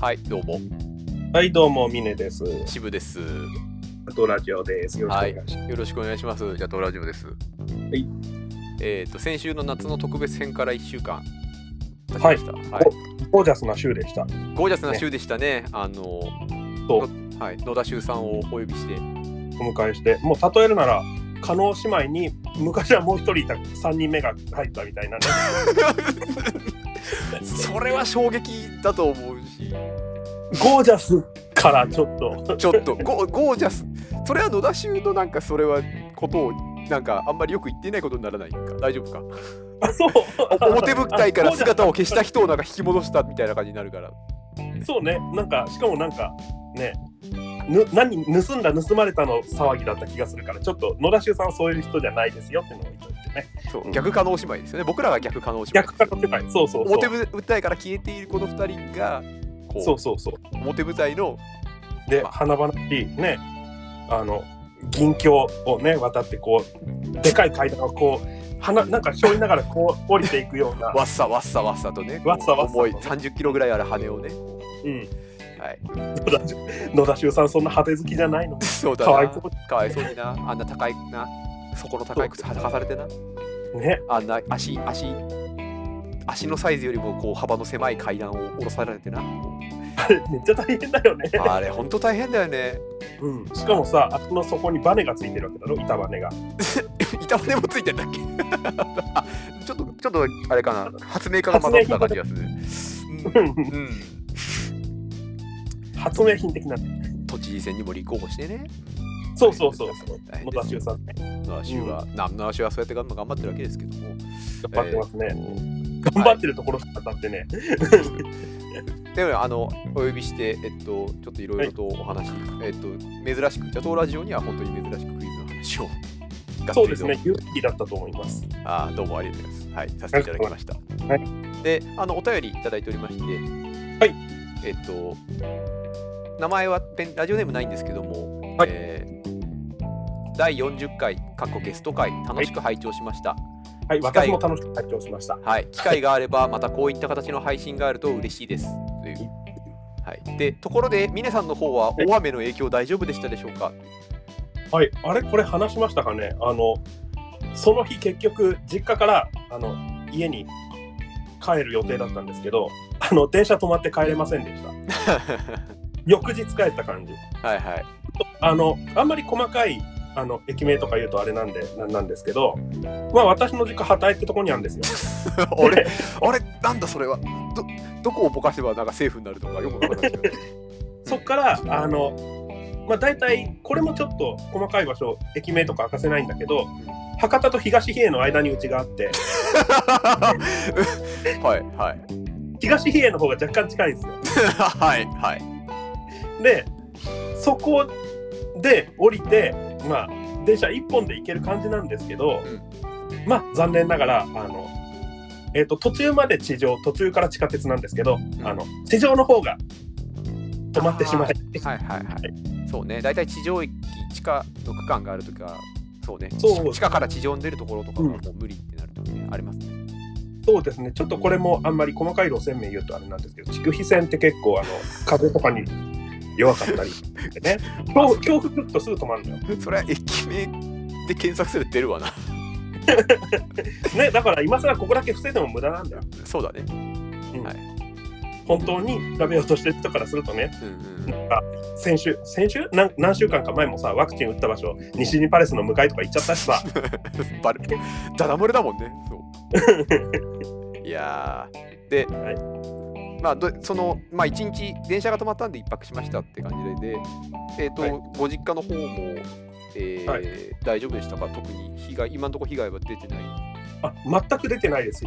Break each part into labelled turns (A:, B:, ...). A: はい、どうも、
B: はい、どうも、ミネです。
A: 渋です。
B: あとラジオです。よろしくお願いします。。
A: よろしくお願いします。じゃあ、東ラジオです。はいえっ、と、先週の夏の特別編から1週間経ちました。はい。
B: ゴージャスな週でした。
A: ゴージャスな週でしたね。あの、
B: そう
A: のはい、野田修さんをお呼びして、
B: お迎えして、もう例えるなら、加納姉妹に昔はもう一人いた3人目が入ったみた いなね。
A: それは衝撃だと思うし、
B: ゴージャスからちょっと、
A: ちょっとゴゴージャス、それは野田修のなんか、それはことを、なんか、あんまりよく言っていないことにならないか、大丈夫 か。
B: あ、そう、
A: 表舞台から姿を消した人をなんか引き戻したみたいな感じになるから。
B: そうね、なんか、しかもなんか、ね、ぬ何盗んだ盗まれたの騒ぎだった気がするからちょっと野田修さんはそういう人じゃないですよっていうのを言っといてね
A: そううん逆可能姉妹ですよね。僕らが逆可能姉妹。
B: 逆から世界そうそうそう
A: 表舞台から消えているこの二人が、こう
B: そうそうそう
A: 表舞台の、
B: で
A: まあ
B: 華々しいねあの銀橋をね渡ってこうでかい階段をこうはななんか背負いながらこう降りていくような、
A: わっさわっさわっさとね、こう
B: わっさわっさと
A: 重い30キロぐらいある羽をね、
B: うん、
A: はい、
B: 野田修野田修さんそんな派手好きじゃないの
A: そうだ
B: か
A: な
B: わいそ
A: かわいそうにな、あんな高いな、そこの高い靴はたかされてな、
B: うね
A: あんな足、足、足のサイズよりもこう幅の狭い階段を下ろされてな、
B: あれめっちゃ大変だよね、
A: あれ、ほんと大変だよね。
B: うん、しかもさ足の底にバネがついてるわけだろ板バネが
A: 板骨もついてんだっけ あちょっとちょっとあれかな発明家が混ざった感じがする、
B: うん
A: うん
B: 発明品的な
A: うん、都知事選にも立候補してね
B: そうそうそうそう
A: 大変
B: 野
A: で
B: 田
A: す
B: 修さんね
A: 野田修は、な野田修はそうやって頑張ってるわけですけども
B: 頑張ってますね、
A: ー
B: 頑張ってるところしか当たってね、
A: でもあのお呼びしてえっとちょっといろいろとお話、えっと珍しくジャトーラジオには本当に珍しくクイズの話をがっつりと
B: そうですね有意義だったと思います
A: あーどうもありがとうございます。はい、させていただきました。
B: は
A: で、あのお便りいただいておりまして、
B: はい。
A: えっと、名前はペンラジオネームないんですけども、
B: はい
A: えー第40回、過去ゲスト回、楽しく拝聴しました。
B: はい私も楽しく拝聴しました
A: はい、機会があれば、またこういった形の配信があると嬉しいです。というはい、でところで、峰さんの方は大雨の影響大丈夫でしたでしょうか
B: はい、あれこれ話しましたかねあのその日結局実家からあの家に帰る予定だったんですけどあの電車止まって帰れませんでした翌日帰った感じ
A: はいはい。
B: あのあんまり細かいあの駅名とか言うとあれなんでなんなんですけどまあ私の実家畑井ってとこにあるんですよ
A: あれあれなんだそれはどどこをぼかせばなんかセーフになるとかよくわからないですけど
B: そっからあのまあ大体これもちょっと細かい場所駅名とか明かせないんだけど博多と東比叡の間にうちがあって
A: はいはい
B: 東比叡の方が若干近いんですよ
A: はいはい
B: でそこで降りてまあ電車1本で行ける感じなんですけど、
A: うん
B: まあ残念ながらあの、えー、と途中まで地上途中から地下鉄なんですけど、
A: ん
B: あの地上の方が止まってしまい
A: はいはいはいそうね大体地上駅地下の区間があるときはそうね
B: そう
A: 地下から地上に出るところとかがもう無理ってなるときね、ありますね
B: そうですねちょっとこれもあんまり細かい路線名言うとあれなんですけど筑肥線って結構あの風とかに弱かったりし てね強強風吹くとすぐ止まるのよ。
A: それは駅名で検索すると出るわな
B: ねだから今更ここだけ防いでも無駄なんだよ。
A: そうだね
B: 本当に食べようとしてる人からするとね
A: うんうん
B: なんか先週先週なん何週間か前もさワクチン打った場所西にパレスの向かいとか行っちゃったし さ
A: バレダダ漏れだもんねそう いやーで、
B: は
A: まあどそのまあ一日電車が止まったんで一泊しましたって感じででえっ、と、
B: はい
A: ご実家の方も、えー
B: はい
A: 大丈夫でしたか特に被害今のところ被害は出てない
B: あ全く出てないです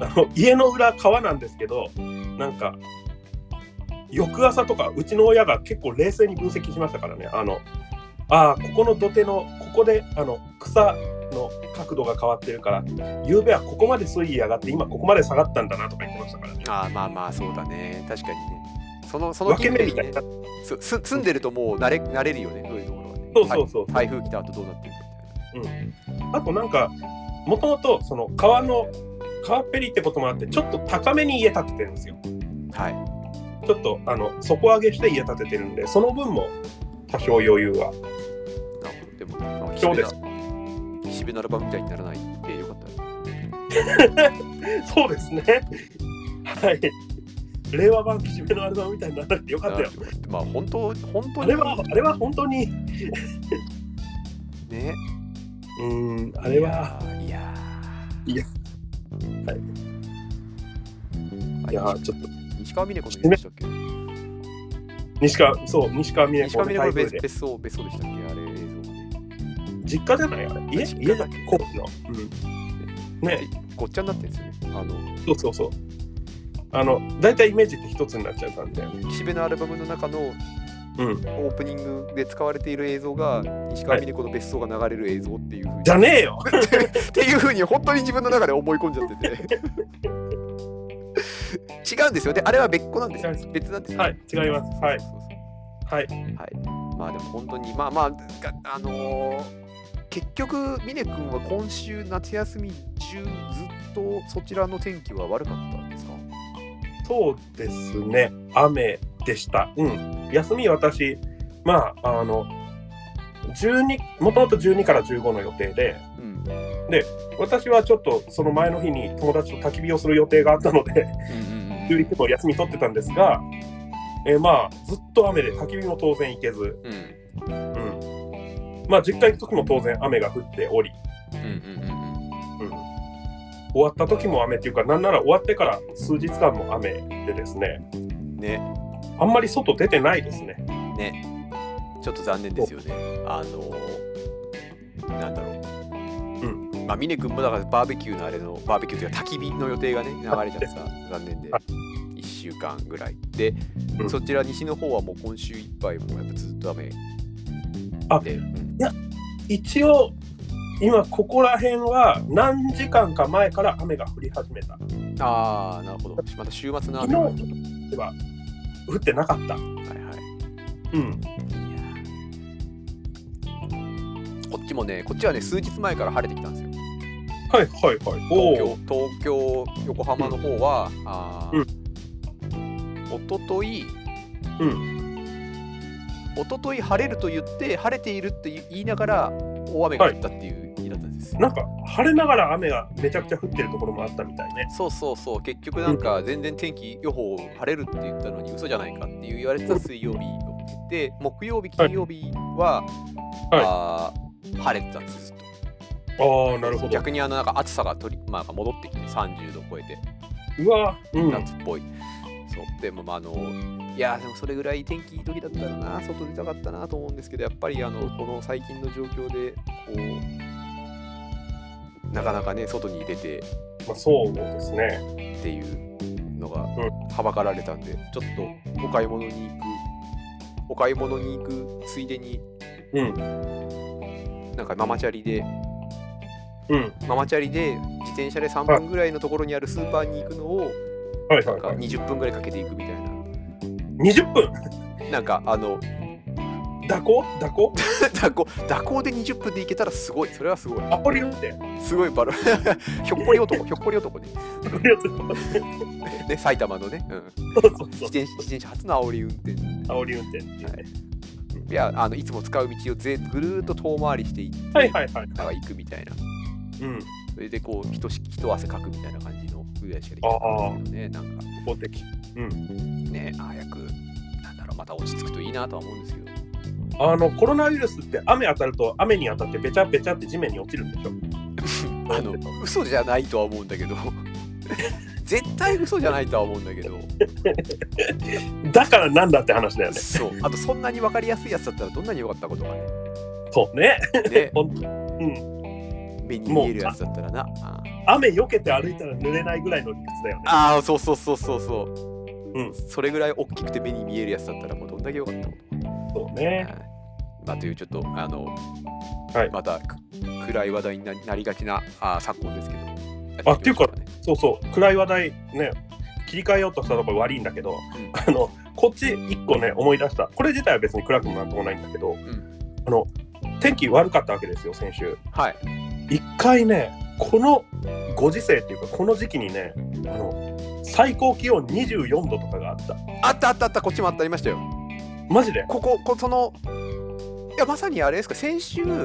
B: あの家の裏川なんですけどなんか翌朝とかうちの親が結構冷静に分析しましたからねあのあーここの土手のここであの草の角度が変わってるから夕べはここまで水位上がって今ここまで下がったんだなとか言ってましたからね
A: ああまあまあそうだね確かにねそのその
B: 分け
A: 近
B: 目
A: 辺
B: み
A: に、
B: たい
A: ね
B: な、
A: すす住んでるともう慣れ慣れるよねそういうところはね
B: そうそうそう
A: 台台風来た後どうなってるか
B: あとなんかもともとその川の川っぺりってこともあってちょっと高めに家建ててるんですよ
A: みたいなはい
B: ちょっとあの底上げして家建ててるんでその分も多少余裕は
A: なるほどでもなんか
B: そうです
A: 岸辺のアルバムみたいにならないでよかったね
B: そうですねはい令和版岸辺のアルバムみたいにならなくてよかったよ
A: なるほどまあ本当本当
B: あ
A: に
B: れはあれは本当に
A: ね
B: うんあれはい
A: や
B: いや
A: はい
B: やちょっと
A: 西川峰子の家でしたっけ
B: 西川そう西川峰
A: 西川
B: 子
A: 峰
B: の
A: 子の別
B: 台風で
A: 別荘別荘でしたっけあれ映像がね
B: 実家じゃないあれ家
A: 実
B: 家
A: 家だ
B: だ高知のうんね
A: ごっちゃになってるんですよねあの
B: そうそうそうあの大体イメージって一つになっちゃう感じだよね
A: 岸辺のアルバムの中の
B: うん
A: オープニングで使われている映像が西川峰子の別荘が流れる映像っていうふうに、
B: じゃねえよ
A: っていうふうに本当に自分の中で思い込んじゃ ってて違うんですよであれは別個なんですよ
B: 違います
A: 別なんですよ
B: はい違いますはい
A: そうそう
B: はい
A: はい、まあでも本当にまあまあがあのー結局峰君は今週夏休み中ずっとそちらの天気は悪かったんですか
B: そうですね、雨でした。うん、休み、私、まあ、あの、12もともと12から15の予定で、
A: うん、
B: 私はちょっとその前の日に友達と焚き火をする予定があったので、
A: うんう ん
B: 11も休み取ってたんですが、えーまあ、ずっと雨で焚き火も当然行けず、
A: うん
B: うん。まあ、実家行く時も当然雨が降っており、
A: うんうんうん
B: うん。終わった時も雨っていうか、なんなら終わってから数日間も雨でですね、
A: ね
B: あんまり外出てないですね。
A: ねちょっと残念ですよねあのーなんだろうまあ、峰君もだからバーベキューのあれのバーベキューというか焚き火の予定 がね流れちゃった残念で
B: はい
A: 1週間ぐらいで、
B: うん
A: そちら西の方はもう今週いっぱいもうやっぱずっと雨
B: あ
A: で、うん
B: 一応今ここら辺は何時間か前から雨が降り始めた
A: ああなるほどまた週末の雨
B: 昨
A: ははい
B: 日では降ってなかった
A: はい
B: うん
A: こっちもねこっちはね数日前から晴れてきたんですよ
B: はいはいはい
A: 東
B: お
A: 京
B: お
A: 東京横浜の方は、あーおととい、
B: うん
A: おととい晴れると言って晴れているって言いながら大雨が降ったっていう日だったんですよ、
B: なんか晴れながら雨がめちゃくちゃ降ってるところもあったみたいね
A: そうそうそう結局なんか全然天気予報晴れるって言ったのに嘘じゃないかっていう言われてた水曜日を受けて木曜日金曜日は、
B: はい
A: あー晴れてたんですずっと
B: ああなるほど
A: 逆にあのなんか暑さが取り、まあ、戻ってきて30度超えて
B: うわうん
A: 夏っぽい、そうでもまああのいやでもそれぐらい天気いい時だったらな外出たかったなと思うんですけどやっぱりあのこの最近の状況でこうなかなかね外に出て
B: まあ、そうですね
A: っていうのが
B: う
A: はばかられたんで、ちょっとお買い物に行くお買い物に行くついでに
B: うん
A: なんかママチャリで
B: うん
A: ママチャリで自転車で3分ぐらいのところにあるスーパーに行くのを
B: はい
A: な
B: は
A: ん
B: い
A: か
B: はい
A: 20分ぐらいかけていくみたいな
B: 20分
A: なんかあの
B: 蛇行蛇行
A: 蛇行蛇行で20分で行けたらすごいそれはすごい
B: アポリオって
A: すごいバロ ひょっこり男ひょっこり男ね
B: アポリオってそう
A: ね埼玉のね、うん、
B: そう
A: 自
B: そう
A: 転自転車初の煽り運転い
B: 煽り運転っていうね
A: やあのいつも使う道をぜぐるーっと遠回りしていって、
B: はいはいはい
A: なんか行くみたいな
B: うん
A: それでこう人し人汗かくみたいな感じのぐらいしかできなかったんですけどねなんか
B: 一方的
A: ね早くなんだろうまた落ち着くといいなとは思うんですけど
B: あのコロナウイルスって雨当たると雨に当たってべちゃべちゃって地面に落ちるんでしょ
A: あの嘘じゃないとは思うんだけど絶対嘘じゃないとは思うんだけど
B: だからなんだって話だよね。
A: そうあとそんなに分かりやすいやつだったらどんなに良かったことかね
B: そうね。
A: ね
B: ほんうん。
A: 目に見えるやつだったらなあ
B: 雨避けて歩いたら濡れないぐらいの理屈だよね。
A: あーそうそうそうそうそう
B: うん。
A: それぐらい大きくて目に見えるやつだったらもうどんだけ良かったこと
B: そうね。
A: はいまあ、というちょっとあの、
B: はい
A: またく暗い話題にななりがちなあ昨今ですけど。
B: あっていうか
A: やていきましょね
B: そうそう。暗い話題ね。切り替えようとしたところ悪いんだけど、
A: ん
B: あのこっち一個ね思い出した。これ自体は別に暗くもなんともないんだけど、
A: ん
B: あの天気悪かったわけですよ先週。
A: はい。
B: 一回ねこのご時世っていうかこの時期にねあの最高気温24度とかがあった
A: あったあったあったこっちもあったありましたよ
B: マジで
A: こここそのいやまさにあれですか先週、
B: は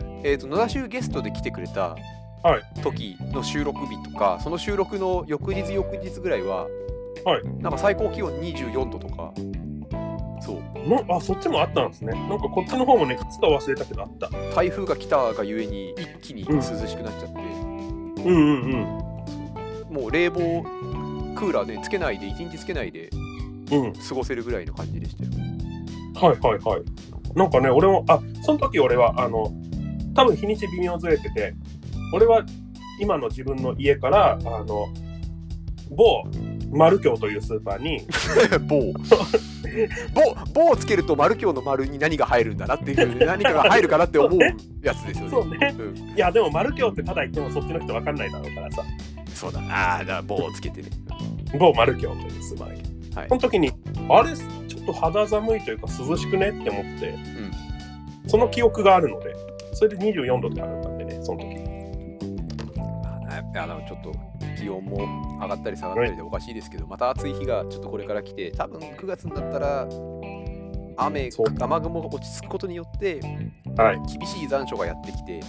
B: い
A: えー、と野田州ゲストで来てくれた
B: はい
A: 時の収録日とか、その収録の翌日翌日ぐらいは、
B: はい
A: なんか最高気温24度とかそう
B: のあそっちもあったんですねなんかこっちの方もね靴か忘れたけどあった
A: 台風が来たがゆえに一気に涼しくなっちゃって、
B: うんうんうん
A: もう冷房クーラーねつけないで一日つけないで
B: うん
A: 過ごせるぐらいの感じでしたよ
B: はいはいはいなんかね俺もあその時俺はあの多分日にち微妙ずれてて俺は今の自分の家からあの某丸京というスーパーに
A: 棒棒棒をつけると丸強の丸に何が入るんだなってい う何かが入るかなって思うやつですよね。
B: そうね
A: ん
B: いやでも丸京ってただ言ってもそっちの人わかんないだろうからさ
A: そうだなあーだから棒をつけてね。
B: 某丸京というスーパーに
A: はい
B: その時にあれちょっと肌寒いというか涼しくねって思って、その記憶があるのでそれで24度とかだったんでねその時
A: いやでもちょっと気温も上がったり下がったりでおかしいですけどまた暑い日がちょっとこれから来て多分9月になったら雨
B: そう
A: 雨雲が落ち着くことによって
B: はい
A: 厳しい残暑がやってきて、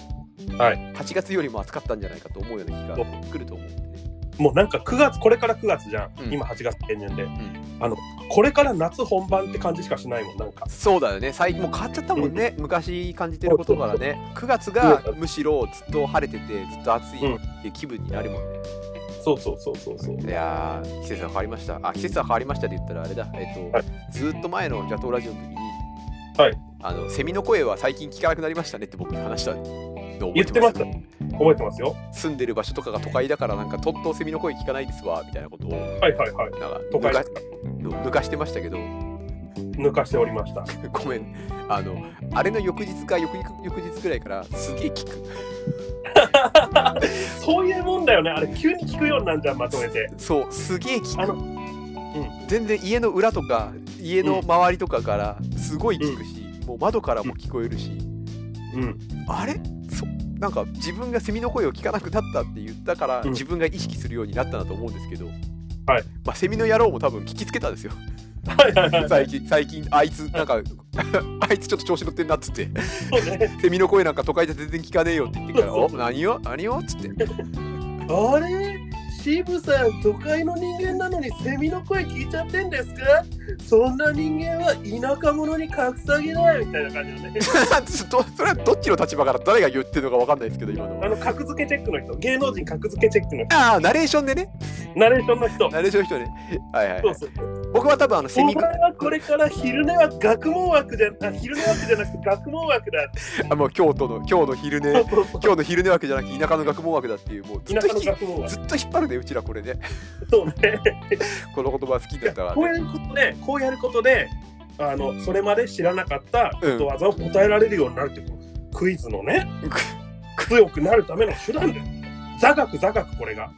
B: は
A: 8月よりも暑かったんじゃないかと思うような日が
B: そう
A: 来ると思うんでね。
B: もうなんか9月これから9月じゃん、
A: うん
B: 今8月天然で、
A: ん
B: あのこれから夏本番って感じしかしないもんなんか
A: そうだよね最近もう変わっちゃったもんね、昔感じてることからね9月がむしろずっと晴れててずっと暑いっていう気分になるもんね、
B: そうそうそうそうそう
A: いやー季節は変わりましたあ季節は変わりましたって言ったらあれだえっ、と、
B: はい
A: ずーっと前のジャトーラジオの時に
B: はい
A: あのセミの声は最近聞かなくなりましたねって僕に話したの覚
B: 言
A: え
B: ってて
A: ま
B: ますす覚えてますよ
A: 住んでる場所とかが都会だからなんかとっとセミの声聞かないですわみたいなことを
B: はいはいはい
A: なんか
B: 都
A: 抜
B: 会
A: か抜かしてましたけど
B: 抜かしておりました
A: ごめんあのあれの翌日か翌日翌日ぐらいからすげえ聞く
B: そういうもんだよねあれ急に聞くようになんじゃんまとめて
A: そうすげえ聞
B: あ
A: く、
B: のん
A: 全然家の裏とか家の周りとかからすごい聞くし、もう窓からも聞こえるし、
B: うん
A: あれそなんか自分がセミの声を聞かなくなったって言ったから、
B: うん
A: 自分が意識するようになったなと思うんですけど、
B: はい
A: まあ、セミの野郎も多分聞きつけたんですよ
B: はいはいはい
A: 最近最近あいつなんか あいつちょっと調子乗ってんなっつって
B: そうね
A: セミの声なんか都会じゃ全然聞かねえよって言ってから「
B: そう
A: お何よ何よ」っつって
B: あれ渋さん都会の人間なのにセミの声聞いちゃってんですかそんな人間は田舎者に格下げだよみたいな感じのね
A: どそれはどっちの立場から誰が言ってるのか分かんないですけど今の
B: あの格付けチェックの人芸能人格付けチェックの人
A: ああナレーションでね
B: ナレーションの人
A: ナレーション人ね。はいはい、
B: そ
A: は
B: う
A: い。
B: そう
A: 僕は多分あのセミ
B: お、前はこれから昼寝は学問枠じゃあ昼寝枠じゃなくて学問 枠だ
A: あもう京都の今日の昼寝、
B: そう
A: 今
B: そうそう
A: 日の昼寝枠じゃなくて田舎の学問枠だっていうもうずっと
B: 田舎の
A: 引き
B: 学問枠
A: ずっと引っ張るねうちらこれね。
B: そうね
A: この言葉好きだったら
B: こう
A: ね、
B: やることでこうやることであのそれまで知らなかったことわざを答えられるようになるっていう、クイズのね強くなるための手段だよ座学座学これが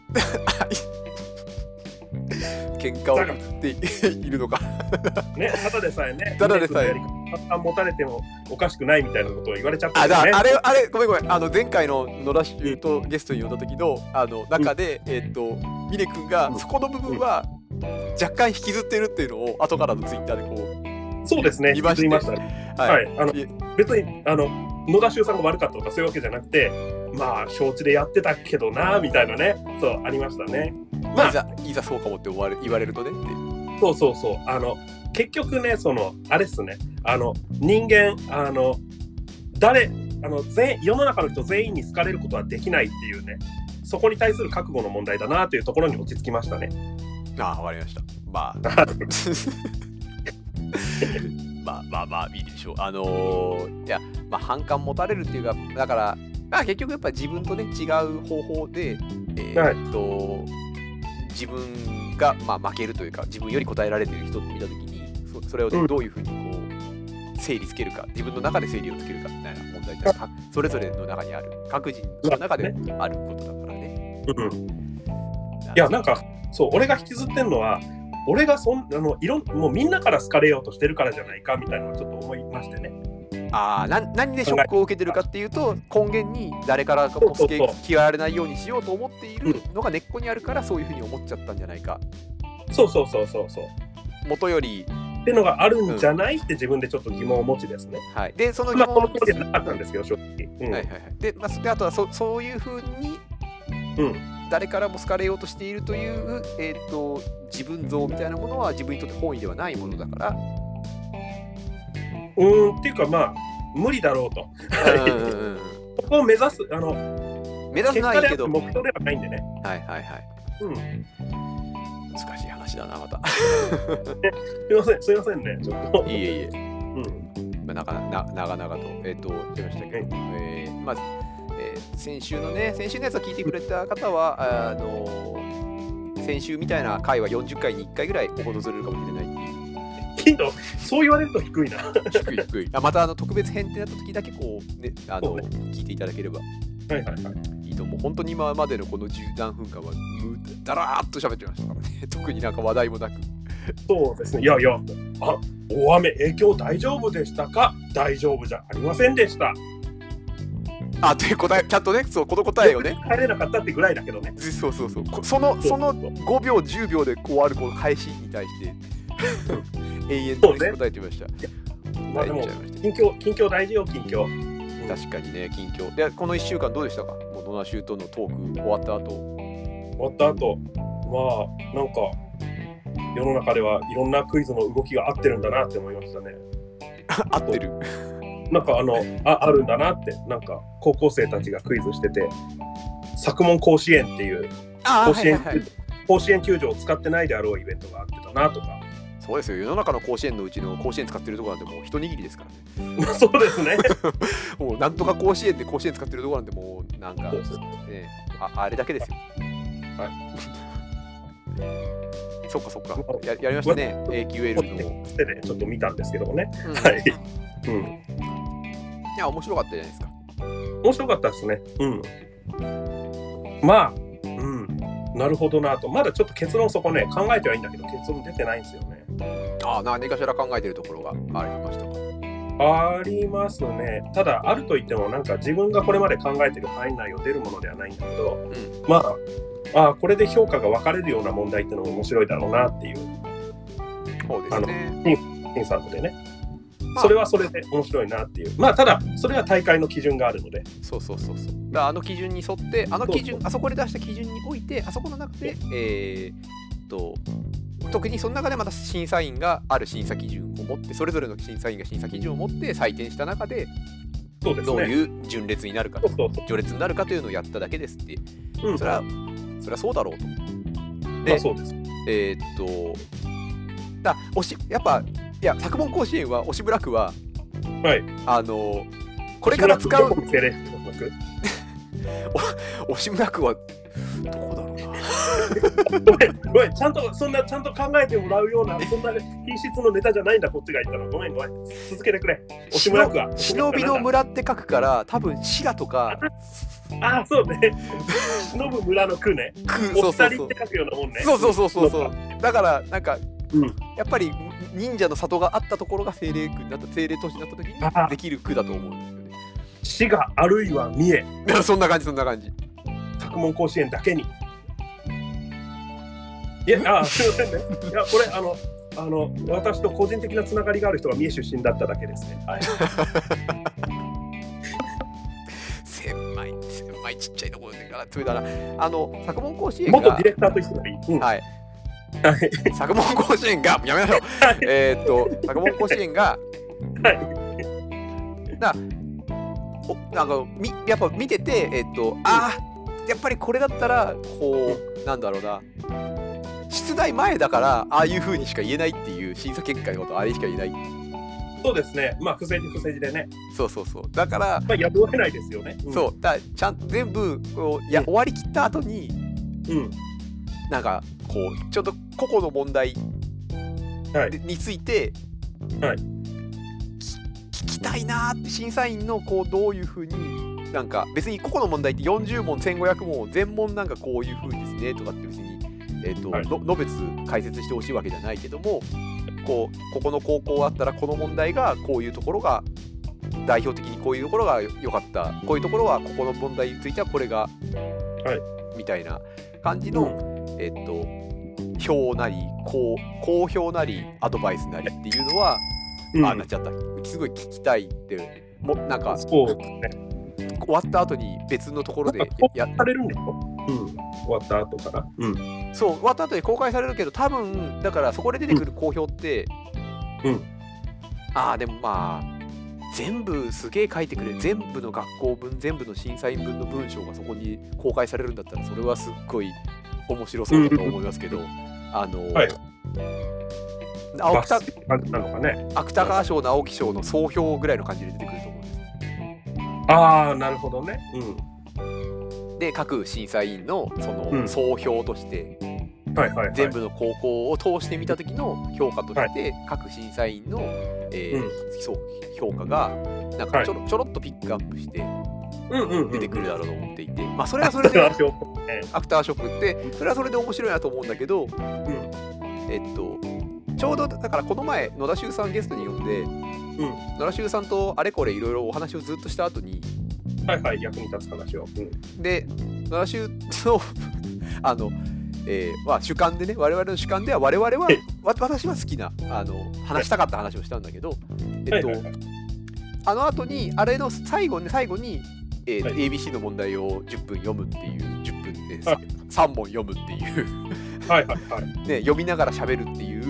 A: 喧嘩を売っていいるのか。
B: ねただでさえ ね
A: ただでさえ
B: やり方持たれてもおかしくないみたいなことを言われちゃった
A: あ
B: よ
A: だ
B: ね
A: あれあれごめんごめんあの前回の野田秀とゲストに呼んだ時のあの中で、えっとミネ君が
B: うん
A: そこの部分は若干引きずってるっていうのを後からのツイッターでこう
B: そうですね
A: 見ました
B: 言いましたね
A: は
B: はいい、あの
A: い
B: 別にあの野田修さんが悪かったとかそういうわけじゃなくてまあ承知でやってたけどなみたいなねそうありましたねまあ
A: いざいざそうかもって思われ言われるとねっていう
B: そうそうそうあの結局ねそのあれっすねあの人間あの誰あの全世の中の人全員に好かれることはできないっていうねそこに対する覚悟の問題だなというところに落ち着きましたね。
A: ああわかりましたま あまあまあまあいいでしょう。あのーいや、まあ反感持たれるっていうか、だから、まあ結局やっぱ自分とね、違う方法で、えーっと、自分が、まあ、負けるというか、自分より答えられてる人って見たときにそ、それをね、
B: うん
A: どういうふうにこう、整理つけるか、自分の中で整理をつけるかみたいな問題って、かそれぞれの中にある、各人の中であることだからね。
B: うん、いやなんかそう俺が引きずってんのは俺がそんあのいろんもうみんなから好かれようとしてるからじゃないかみたいなのをちょっと思いましてね。
A: あーな何でショックを受けてるかっていうと根源に誰からかも
B: そうそうそう
A: すけ嫌われないようにしようと思っているのが根っこにあるからそういうふうに思っちゃったんじゃないか
B: そうそうそうそうそう。
A: 元より、
B: っていうのがあるんじゃないって自分でちょっと疑問を持ちですね。
A: はい、でその疑
B: まあ、こ
A: 問
B: の通りはなかったんですけど、正直。うん
A: はいはいはい、で,、まあ、そであとはそそういうふうに
B: う
A: 誰からも好かれようとしているという、えー、と自分像みたいなものは自分にとって本意ではないものだから
B: うーんっていうかまあ無理だろうとい
A: うんうんうん
B: ここを目指すあの
A: 目立
B: 結
A: た
B: 果
A: ないけ
B: であって
A: ど
B: 目標ではないんでね、
A: はいはいはい
B: うん、す
A: 難しい話だなまた
B: いませんすいませんねちょっと、
A: いえいえ
B: うん、
A: まあ、なかなな長々と、えっ、と、言ってましたけど、えーまあ、えー先週のね、先週のやつを聞いてくれた方は、あーあのー先週みたいな回は40回に1回ぐらい訪れるかもしれないっていう。
B: 頻度そう言われると低いなは
A: 低い低い。あまた、あの、特別編ってなった時だけ、こう、ね、あの、聞いていただければ
B: いはいはい
A: いいと思う。本当に今までのこの十何分間は、むだらーっと喋ってましたからね。 特になんか話題もなく。
B: そうですねいやいやあ大雨影響大丈夫でしたか大丈夫じゃありませんでした
A: あ、という答え、ちゃんとね、そう、この答えを ね。
B: 帰れなかったってぐらいだけどね
A: そうそうそうこそのその5秒10秒でこうあるこの返しに対して永遠とね答えてました、
B: ま
A: 答え
B: あ
A: て
B: でも
A: ちゃいました
B: 近況近況大事よ近況
A: 確かにね近況でこの1週間どうでしたかもう野田修とのトーク終わった後
B: 終わった後まあなんか世の中ではいろんなクイズの動きが合ってるんだなって思いましたね
A: 合ってる
B: なんかあのああるんだなってなんか高校生たちがクイズしてて作文甲子園っていう
A: あ
B: 甲
A: あ
B: 子
A: はいは
B: 園,、
A: いはい
B: 甲子園球場を使ってないであろうイベントがあってたなとか
A: そうですよ世の中の甲子園のうちの甲子園使ってるところなんてもう一握りですからね
B: そうですね
A: もうなんとか甲子園で甲子園使ってるところなんてもうなんか、ね、ああれだけですよ
B: はい
A: そっかそっかややりましたね AQL の、
B: 手でちょっと見たんですけどもね
A: うん
B: は
A: い
B: いうん
A: や面白かったじゃないですか
B: 面白かったですねうんまあうんなるほどなとまだちょっと結論そこね考えてはいいんだけど結論出てないんですよね
A: ああ、何かしら考えてるところがありましたか。
B: ありますね。ただ、あると言っても、なんか自分がこれまで考えてる範囲内を出るものではないんだけど、
A: う
B: まあ、ああこれで評価が分かれるような問題ってのも面白いだろうなっていう、
A: そうですね。
B: 検査でね。
A: まあ
B: それはそれで面白いなっていう。まあ、ただ、それは大会の基準があるので、
A: そうそうそうそう。だからあの基準に沿って、あの基準、あそこで出した基準において、あそこの中で、えーっと、特にその中でまた審査員がある審査基準を持って、それぞれの審査員が審査基準を持って採点した中で、
B: そうです
A: どう
B: ね。
A: いう順列になるか
B: そ、うそうそ
A: 序列になるかというのをやっただけですって、
B: う。うん、
A: それは、それはそうだろうと。
B: まあ、そうです。
A: えーっと、だおしやっぱ、いや、作文甲子園は、押村区は、
B: はい。
A: あのこれから使う
B: 木村君どこの精霊ってことなく
A: 押村区はどこだろうな
B: ごめん、ごめん、ちゃんと、そんな、ちゃんと考えてもらうような、そんな品質のネタじゃないんだ、こっちが言ったの。ごめん、ごめん。続けてくれ。押し村区は。
A: 忍びの村って書くから多分滋賀とか
B: ああ、 そうね。忍ぶ村の区ね。
A: 区そ
B: お
A: うそう
B: 二人
A: そ
B: っ
A: う
B: て書くようなもんね。
A: そうそうそうそう
B: そ
A: そううだからなんか、
B: うん
A: やっぱり忍者の里があったところが精霊区になった精霊都市になった時
B: あ
A: にできる区だと思うんですよね
B: 滋賀あるいは三重、
A: だからそんな感じそんな感じ
B: 作文甲子園だけに。いや、あー、すいませんね。いや、これ、あの、あの、私と個人的なつながりがある人が三重出身だっただけですね。はい。
A: 狭い狭いちっちゃいところでからそれだなあの作文甲子園
B: 元
A: が
B: ディレクターと一緒がいい。うん
A: はい
B: はい。
A: 作文甲子園がやめなさい
B: はい
A: えーっと作文甲子園が
B: はい。
A: おなんかみやっぱ見てて、えっと、あーやっぱりこれだったらこうなんだろうな出題前だからああいう風にしか言えないっていう審査結果のことあれしか言えない
B: そうですね。まあ、不正字不正字でね。
A: そうそうそうだから、
B: まあ、やむを得ないですよね。うん
A: そうだちゃんと全部こういや
B: うん
A: 終わりきった後に
B: うん。
A: なんかこうちょっと個々の問題
B: はい
A: でについて、
B: はい
A: き聞きたいなーって審査員のこうどういうふうになんか別に個々の問題って40問1500問を全問なんかこういうふうですねとかって別に、えーと
B: はい
A: ののべつ解説してほしいわけじゃないけどもこうここの高校あったらこの問題がこういうところが代表的にこういうところが良かったこういうところはここの問題についてはこれが、みたいな感じの、えっと表なりこう好評なりアドバイスなりっていうのは、
B: うん
A: あなっちゃったすごい聞きたいってもなんか
B: そうですね。
A: 終わった後に別のところで
B: なんかこ
A: や
B: されるんでしょうん。終わった後から。うん。
A: そう終わった後に公開されるけど多分だからそこで出てくる好評って
B: うん
A: ああでもまあ全部すげえ書いてくれ全部の学校文全部の審査員分の文章がそこに公開されるんだったらそれはすっごい面白そうだと思いますけど、あの、
B: はい
A: 青
B: バ
A: 芥
B: スって感じなのかね。
A: 芥川賞直木賞の総評ぐらいの感じで出てくると思うんです
B: ああ、なるほどね。
A: で各審査員のそうの
B: ん
A: 総評として、
B: うん。はいはい、はい。
A: 全部の高校を通してみた時の評価として、各審査員の、えーそう評価がなんかちょろ,、ちょろっとピックアップして
B: うんうんうんうん
A: 出てく るだろうと思っていて、まあそれはそれ
B: だか
A: で
B: らそう
A: アクターショックってそれはそれで面白いなと思うんだけど、えっとちょうどだからこの前野田修さんゲストに呼んで、野田修さんとあれこれいろいろお話をずっとした後に
B: はいはい、役に立つ話を。うん
A: で野田修の あの、えーまあ、主観でね我々の主観では我々は
B: え
A: わ私は好きなあの話したかった話をしたんだけど、えっと
B: はいはいはい
A: あの後にあれの最後に最後に、えー
B: はい
A: ABC の問題を10分読むっていう10分で
B: はい
A: 3本読むっていう、
B: はいはいはい。
A: ね、読みながら喋るっていう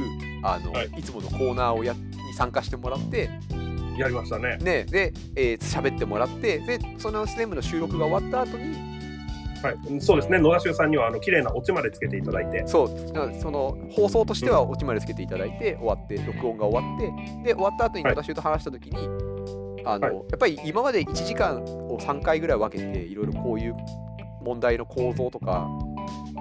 A: あの、
B: はい
A: い、つものコーナーをやに参加してもらって、
B: やりましたね。
A: ね、で、えー喋ってもらってでそのステムの収録が終わった後に
B: はい、うんそうですね。野田修さんにはあの綺麗なオチまでつけていただいて。
A: そうだからその放送としてはおちまでつけていただいて終わって録音が終わってで終わった後に
B: はい
A: 私と話した時に、あの
B: はい
A: やっぱり今まで1時間を3回ぐらい分けていろいろこういう問題の構造とか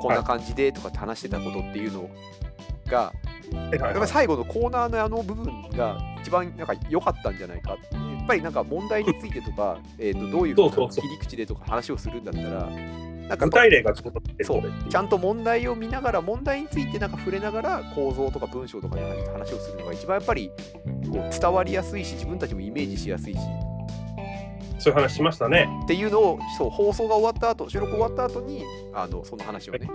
A: こんな感じでとかって話してたことっていうのが
B: はいは
A: や
B: い
A: っぱり最後のコーナーのあの部分が一番なんか良かったんじゃないかやっぱりなんか問題についてとかえーとどういうふう
B: そうそ
A: な
B: うそう
A: 切り口でとか話をするんだったらなんか
B: 具体例がちょっと出て
A: そ
B: る
A: う
B: のでっていう
A: ちゃんと問題を見ながら問題についてなんか触れながら構造とか文章とかで話をするのが一番やっぱりこう伝わりやすいし自分たちもイメージしやすいし
B: そういう話しましたね。
A: っていうのをそう放送が終わった後収録終わった後にあのその話をね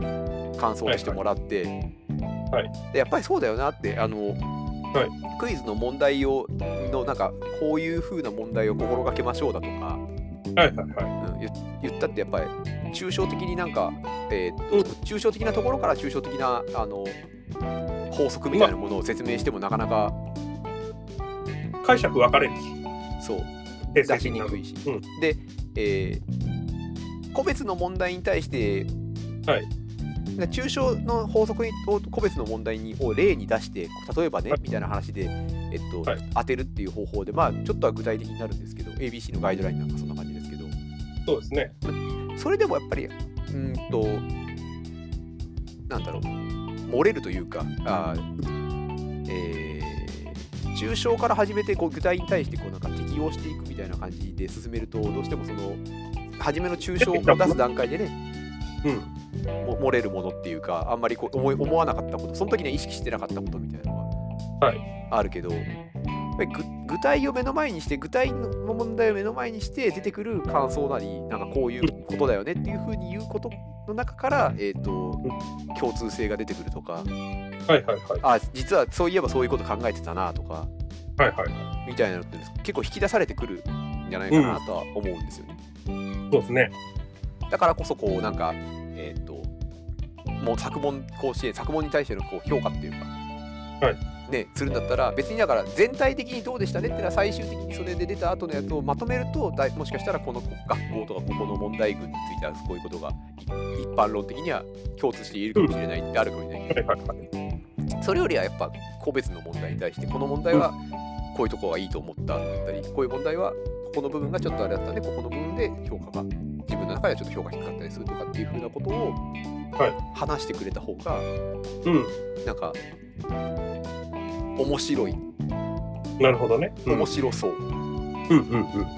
A: 感想としてもらって、
B: はい
A: でやっぱりそうだよなってあの、クイズの問題をのなんかこういう風な問題を心がけましょうだとか、
B: はいはいはい。
A: うん言言ったってやっぱり抽象的になんか、えーっと抽象的なところから抽象的なあの法則みたいなものを説明してもなかなか
B: 解釈分かれるし、
A: そう
B: 出
A: 出しにくいし、
B: う
A: で、えー個別の問題に対して、
B: はい
A: なんか抽象の法則にを個別の問題にを例に出して例えばね、
B: はい
A: みたいな話で、えっと
B: はい
A: 当てるっていう方法でまあちょっとは具体的になるんですけど ABC のガイドラインなんかそんな感じですけど
B: そうですね。
A: それでもやっぱりうーんとなんだろう漏れるというかあーえー抽象から始めてこう具体に対してこうなんか適応していくみたいな感じで進めるとどうしてもその初めの抽象を出す段階でね
B: うん。
A: も漏れるものっていうかあんまりこう思い思わなかったことその時には意識してなかったことみたいなのが
B: は
A: あるけど、やっぱり具具体を目の前にして具体の問題を目の前にして出てくる感想なりなんかこういうことだよねっていうふうに言うことの中から、えー、と共通性が出てくるとか
B: はいはいはい。
A: あ実はそういえばそういうこと考えてたなとか
B: はいはい。
A: みたいなのって結構引き出されてくるんじゃないかなとは思うんですよね。
B: そうですね。
A: だからこそこうなんかえっ、ともう作文甲子園作文に対してのこう評価っていうか、ねするんだったら別にだから全体的にどうでしたねってのは最終的にそれで出た後のやつをまとめるとだいもしかしたらこの学校とかここの問題群についてはこういうことがい一般論的には共通しているかもしれないってあるかもしれない
B: はいはいはい。
A: それよりはやっぱ個別の問題に対してこの問題はこういうとこがいいと思っただったりこういう問題はここの部分がちょっとあれだったんでここの部分で評価が自分の中ではちょっと評価低かったりするとかっていうふうなことを
B: は
A: 話してくれた方が
B: う
A: なんか面白い
B: ん。なるほどね。うん
A: 面白そう
B: うんうんうんうん。
A: っ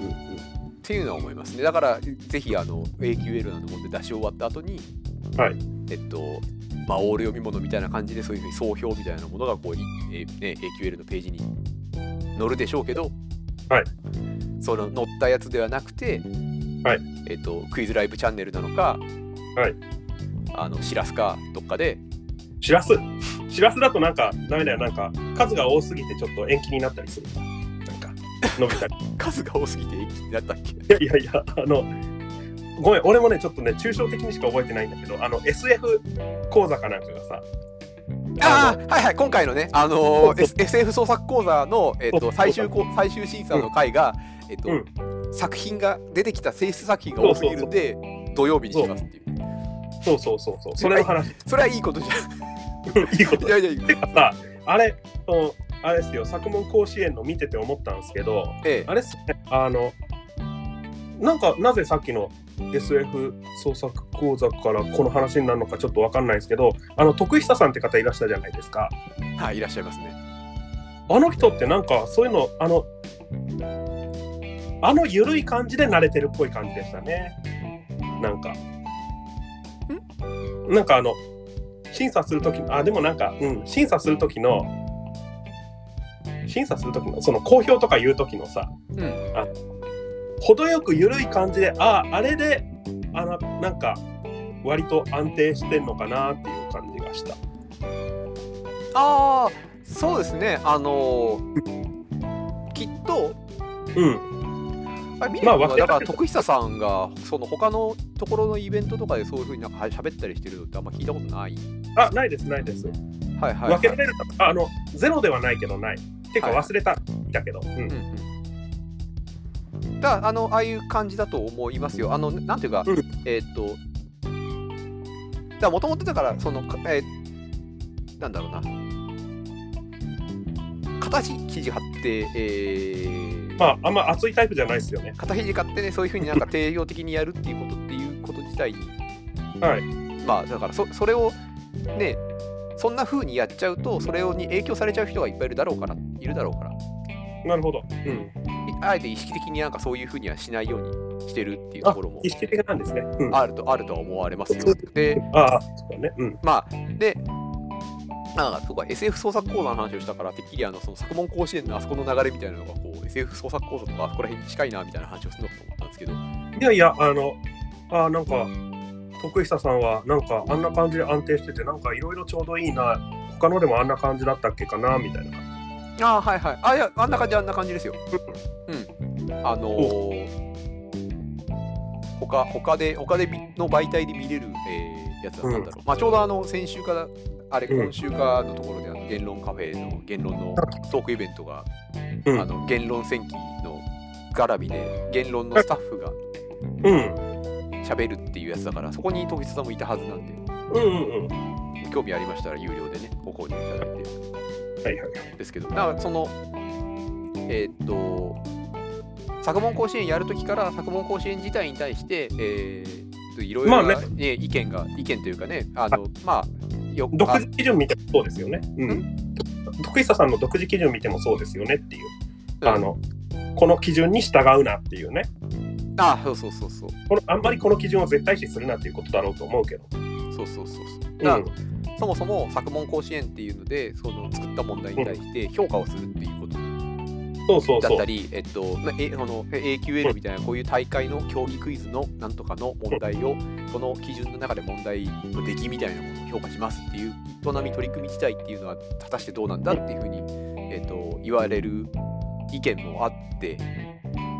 A: ていうのは思いますねだからぜひあの AQL などもで出し終わった後に、
B: はい
A: えっとまあオール読み物みたいな感じでそういうふうに総評みたいなものがこう、いえね、AQL のページに載るでしょうけど、
B: はい
A: その乗ったやつではなくて、
B: はい
A: えっとクイズライブチャンネルなのか、
B: はい
A: あのしらすかどっかで
B: しらすしらすだとなんかダメだよなんか数が多すぎてちょっと延期になったりするなんか伸びたり
A: 数が多すぎて延期になったっけ
B: いやいやいやあのごめん俺もねちょっとね抽象的にしか覚えてないんだけどあの SF 講座かなんかがさ
A: ああはいはい今回のね、あのー
B: そう
A: S- SF 創作講座の、えっ
B: そ
A: と
B: う
A: 最終こ最終審査の回が、えっと
B: う
A: 作品が出てきた性質作品が多すぎるんで土曜日にしますっていう
B: そうそうそうそうそれの話
A: それはいいことじゃ
B: いいこと
A: んいやいやいや
B: てかさあれそのあれですよ作文甲子園の見てて思ったんですけど
A: ええ
B: あれっすねあのなんかなぜさっきの SF 創作講座からこの話になるのかちょっとわかんないですけどあの徳久さんって方いらっしゃるじゃないですか
A: はいいらっしゃいますね
B: あの人ってなんかそういうのあのあの緩い感じで慣れてるっぽい感じでしたねなんかなんかあの審査するときあでもなんか、うん、審査するときの審査するときのその公表とか言うときのさ
A: うん
B: 程よく緩い感じであああれであのなんか割と安定してんのかなっていう感じがした
A: ああそうですねあのーきっと
B: うん
A: あミレ
B: まあ
A: 君は
B: 分け
A: だか
B: ら
A: ら
B: れた
A: 徳久さんがその他のところのイベントとかでそういうふうになんかはい喋ったりしてるのってあんま聞いたことない
B: あないですないです
A: はいはい、はい
B: 分けられるとあのゼロではないけどないてか
A: はい
B: 忘れたんだけど、うん
A: だからあのああいう感じだと思いますよ。あのなんていうか、
B: うん
A: えーっとだもともとだからそのかえーなんだろうな片肘張って、えー
B: まああんま熱いタイプじゃないですよね
A: 片肘張ってねそういうふうになんか定量的にやるっていうことっていうこと自体に
B: はい
A: まあだからそそれをねそんな風にやっちゃうとそれをに影響されちゃう人がいっぱいいるだろうからいるだろうから。
B: なるほど、うん、
A: いあえて意識的になんかそういうふうにはしないようにしてるっていうところも
B: 意識的なんですね、うん、あ
A: あるとあるとは思われますよ
B: そう。
A: で、
B: あそうだねうん
A: まあ、で、あそうか、SF 創作講座の話をしたから、てっきりあのその作文甲子園のあそこの流れみたいなのがこう、SF 創作講座とかあそこら辺に近いなみたいな話をするのかと思ったんですけど、
B: いやいやあのあなんか徳久さんはなんかあんな感じで安定しててなんかいろいろちょうどいいな他のでもあんな感じだったっけかなみたいな感
A: ああ、はいはい。あ、いや、あんな感じ、あんな感じですよ。うん。あのー、他他で他でみの媒体で見れる、えーやつだったんだろう、まあちょうどあの先週からあれ
B: うん
A: 今週かのところであの言論カフェの言論のトークイベントが、
B: うん
A: あの言論戦記の絡みで言論のスタッフが
B: じうん
A: 喋るっていうやつだからそこに徳久さんもいたはずなんで
B: うんうんうんは
A: 興味ありましたら有料でねご購入いただいて
B: いはいはい
A: ですけどだからそのえーっと作文甲子園やるときから作文甲子園自体に対してえーっといろいろ
B: ま
A: な
B: あ
A: ね意見が意見というかねあのまあよ
B: 独
A: あ
B: 自基準見てもそうですよね、うん、徳久さんの独自基準見てもそうですよねっていう、
A: うん
B: あのこの基準に従うなっていうね
A: あそうそうそうそう
B: このあんまりこの基準を絶対視するなっていうことだろうと思うけど、
A: そうそうそうそう
B: う
A: だから
B: ん、
A: そもそも作文甲子園っていうのでその作った問題に対して評価をするっていうこと
B: そうそう
A: だっ
B: そ
A: た
B: う
A: り、えっと、まあえそのえ AQL みたいなこういう大会の競技クイズのなんとかの問題をその基準の中で問題の出来みたいなものを評価しますっていう営み取り組み自体っていうのは果たしてどうなんだっていうふうに、えっと、言われる意見もあって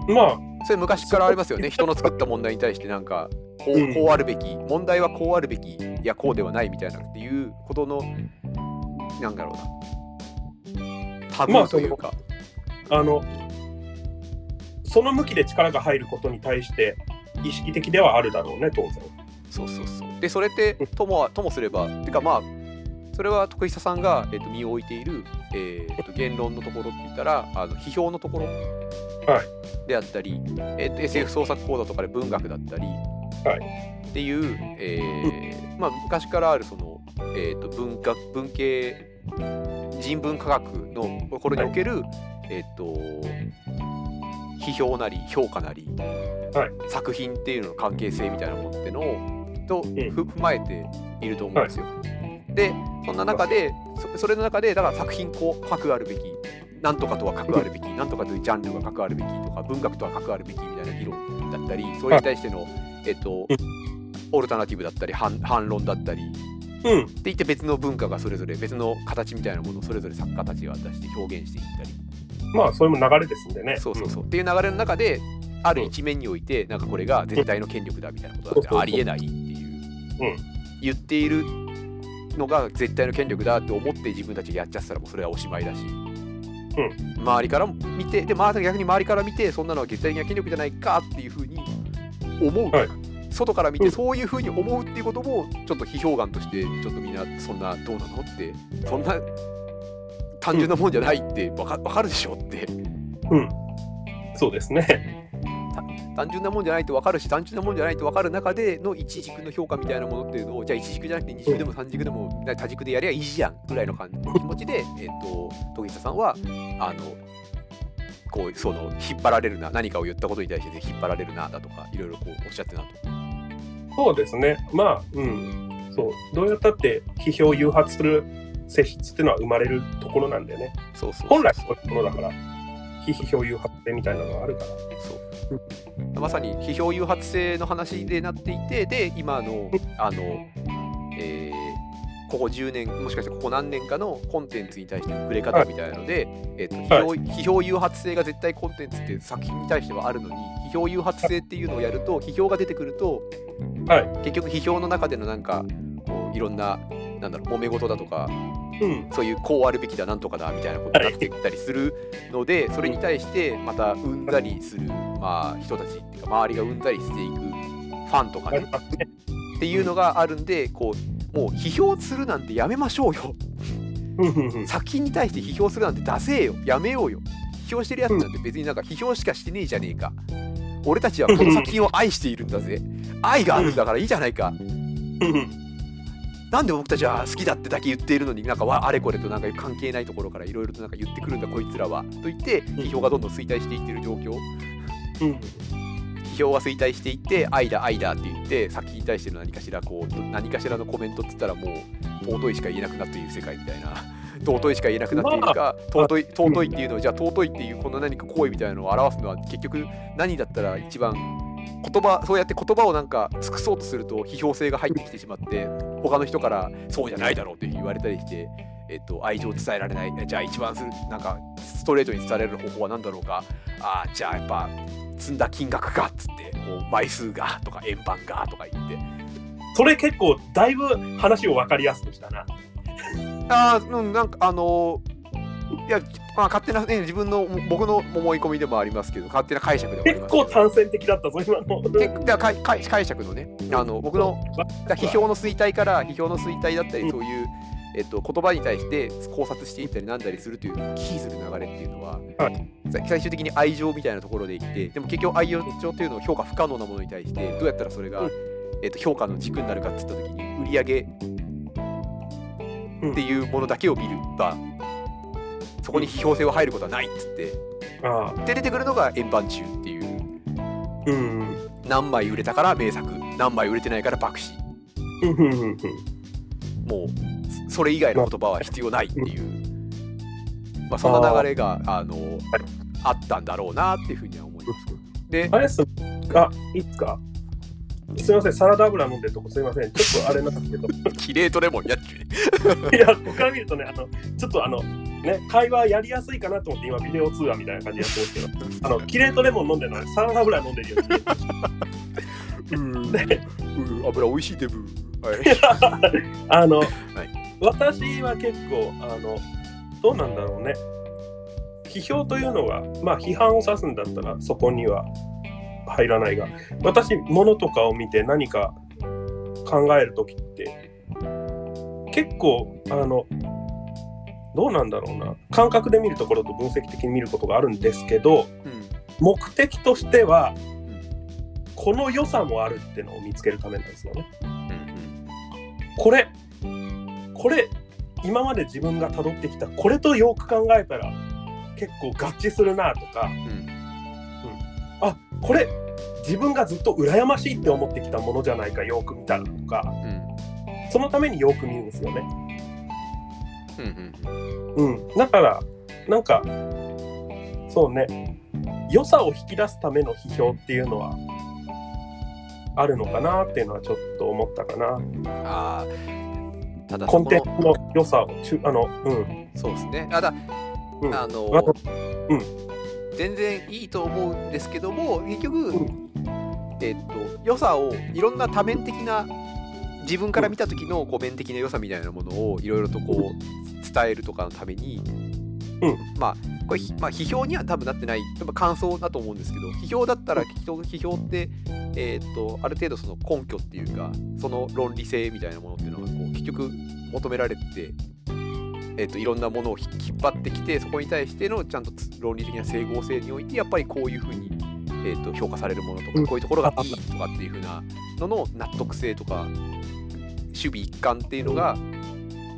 B: まあ
A: それ昔からありますよね人の作った問題に対してなんかこ
B: うん
A: うこうあるべき問題はこうあるべきいやこうではないみたいなっていうことのなんだろうなタブ
B: まあ
A: ーというか。
B: あのその向きで力が入ることに対して意識的ではあるだろうね当然
A: そうそうそう。で、それってともはともすれば、てかまあ、それは徳久さんが、えっと身を置いている、えっと言論のところって言ったら、あの批評のところ
B: は
A: であったり、えっと SF 創作講座とかで文学だったり、っていう、えーまあ、昔からあるその、えっと文化文系人文科学のところにおける、えっと批評なり評価なり、
B: はい
A: 作品っていうのの関係性みたいなものってのをとふ踏まえていると思うんですよ。でそんな中でそそれの中でだから作品こう書くあるべきなんとかとは関わるべき、なんとかというジャンルが関わるべきとか、文学とは関わるべきみたいな議論だったり、それに対しての、えっと、オルタナティブだったり、反反論だったり、
B: うん
A: って言って別の文化がそれぞれ、別の形みたいなものをそれぞれ作家たちが出して表現していったり、
B: まあそれも流れですんでね
A: そうそうそう、っていう流れの中で、ある一面において、なんかこれが絶対の権力だみたいなことだっ
B: そうそうそ
A: て
B: う
A: ありえないっていう、
B: うん
A: 言っているのが絶対の権力だって思って自分たちがやっちゃってたらもうそれはおしまいだし、周りからも見てで周り逆に周りから見てそんなのは絶対的な権力じゃないかっていうふうに思う、
B: はい
A: 外から見
B: う
A: て
B: ん
A: そういうふうに思うっていうこともちょっと批評眼としてちょっとみんなそんなどうなのってそんな単純なもんじゃないってわかわかるでしょって
B: うんそうですね
A: 単純なもんじゃないと分かるし単純なもんじゃないと分かる中での一軸の評価みたいなものっていうのをじゃあ一軸じゃなくて二軸でも三軸でも多軸でやりゃいいじゃんぐらいの感じ気持ちで、えっと研ぎ下さんはあのこうその引っ張られるな何かを言ったことに対して引っ張られるなだとかいろいろこうおっしゃってたなと。
B: そうですねまあうんそうどうやったって批評を誘発する性質っていうのは生まれるところなんだよね
A: そうそう
B: 本来そういうものだから非批評誘発性みたいなのがあるから
A: そうまさに批評誘発性の話でなっていてで今のあの、えーここ10年もしかしてここ何年かのコンテンツに対しての触れ方みたいなので、えっと批評批評誘発性が絶対コンテンツって作品に対してはあるのに批評誘発性っていうのをやると批評が出てくると、
B: は
A: 結局批評の中でのなんかこういろんななんだろう揉め事だとか
B: うん
A: そういうこうあるべきだなんとかだみたいなことになってきたりするのでそれに対してまたうんざりする、まあ、人たちっていうか周りがうんざりしていくファンとか
B: あり
A: ね
B: ますね
A: っていうのがあるんでこうもう批評するなんてやめましょうよ
B: うんうんうん
A: 作品に対して批評するなんてダセえよやめようよ批評してるやつなんて別になんか批評しかしてねえじゃねえか俺たちはこの作品を愛しているんだぜ愛があるんだからいいじゃないか
B: うんうん
A: なんで僕たちは好きだってだけ言っているのになんかわあれこれとなんか関係ないところからいろいろとなんか言ってくるんだこいつらはと言って批評がどんどん衰退していってる状況
B: うん
A: 批評が衰退していって「愛だ愛だ」って言って作品に対しての何かしらこう何かしらのコメントっつったらもう尊いしか言えなくなっている世界みたいな 尊いしか言えなくなっているか尊い尊いっていうのをじゃあ尊いっていうこの何か行為みたいなのを表すのは結局何だったら一番言葉そうやって言葉をなんか尽くそうとすると批評性が入ってきてしまって他の人から「そうじゃないだろう」って言われたりして、えっと、愛情を伝えられないえじゃあ一番するなんかストレートに伝えられる方法は何だろうかあーじゃあやっぱ積んだ金額がっつってこう枚数がとか円盤がとか言って
B: それ結構だいぶ話を分かりやすくしたな
A: ああうんなんかあのーいや、まあ、勝手な、ね、自分の僕の思い込みでもありますけど勝手な解釈でもあり
B: 結
A: ますけど
B: 構単線的だったぞ今の
A: でだからかい解釈のねあの僕のだから批評の衰退から批評の衰退だった
B: う
A: り
B: ん
A: そういう、えっと、言葉に対して考察していったりなんだりするというキーする流れっていうのは、
B: は
A: さ最終的に愛情みたいなところでいってでも結局愛情っていうのを評価不可能なものに対してどうやったらそれが、
B: うん
A: えっと、評価の軸になるかっつった時に売り上げっていうものだけを見ればそこに批評性は入ることはないっつって
B: ああ
A: で出てくるのが円盤中っていう
B: うん
A: 何枚売れたから名作何枚売れてないから爆死
B: うんうんうんうん
A: もうそそれ以外の言葉は必要ないっていう、まあ、そんな流れがあのあったんだろうなっていうふうには思います。で
B: あれっすあいいっすかすいませんサラダ油飲んでるとこすいませんちょっとあれなんですけど
A: キレートレモンやっちゅうね
B: いやここから見るとねあのちょっとあのね会話やりやすいかなと思って今ビデオ通話みたいな感じでやってますけどあのキレートレモン飲んでるのにサラダ油飲んでるように見えて
A: うーうー油美味しいデブー はい
B: あの、
A: い
B: 私は結構あのどうなんだろうね批評というのはまあ批判を指すんだったらそこには入らないが私物とかを見て何か考える時って結構あのどうなんだろうな感覚で見るところと分析的に見ることがあるんですけど
A: うん
B: 目的としてはこの良さもあるってのを見つけるためなんですよね。これこれ今まで自分が辿ってきたこれとよく考えたら結構合致するなとか
A: うんうん
B: あこれ自分がずっと羨ましいって思ってきたものじゃないかよく見たらとかそのためによく見るんですよね。
A: うんうんうんうん
B: うん、だから、なんかそうね良さを引き出すための批評っていうのはあるのかなっていうのはちょっと思ったかな
A: あーただ
B: コ
A: そ
B: ン
A: こ
B: テン
A: の
B: ツの良さをちゅあのうん
A: そうですねただ、
B: うん
A: あの
B: わかう
A: 全然いいと思うんですけども結局、
B: う
A: えっと良さをいろんな多面的な自分から見た時のこう面的な良さみたいなものをいろいろとこう伝えるとかのために、
B: うん
A: まあこれ、ひまあ、批評には多分なってない多分感想だと思うんですけど批評だったらきっと批評って、えっとある程度その根拠っていうかその論理性みたいなものっていうのがこう結局求められてえっといろんなものをひ引っ張ってきてそこに対してのちゃんとつ論理的な整合性においてやっぱりこういうふうに、えっと評価されるものとか、
B: うん
A: こういうところがいいとかっていうふうなのの納得性とか守備一貫っていうのが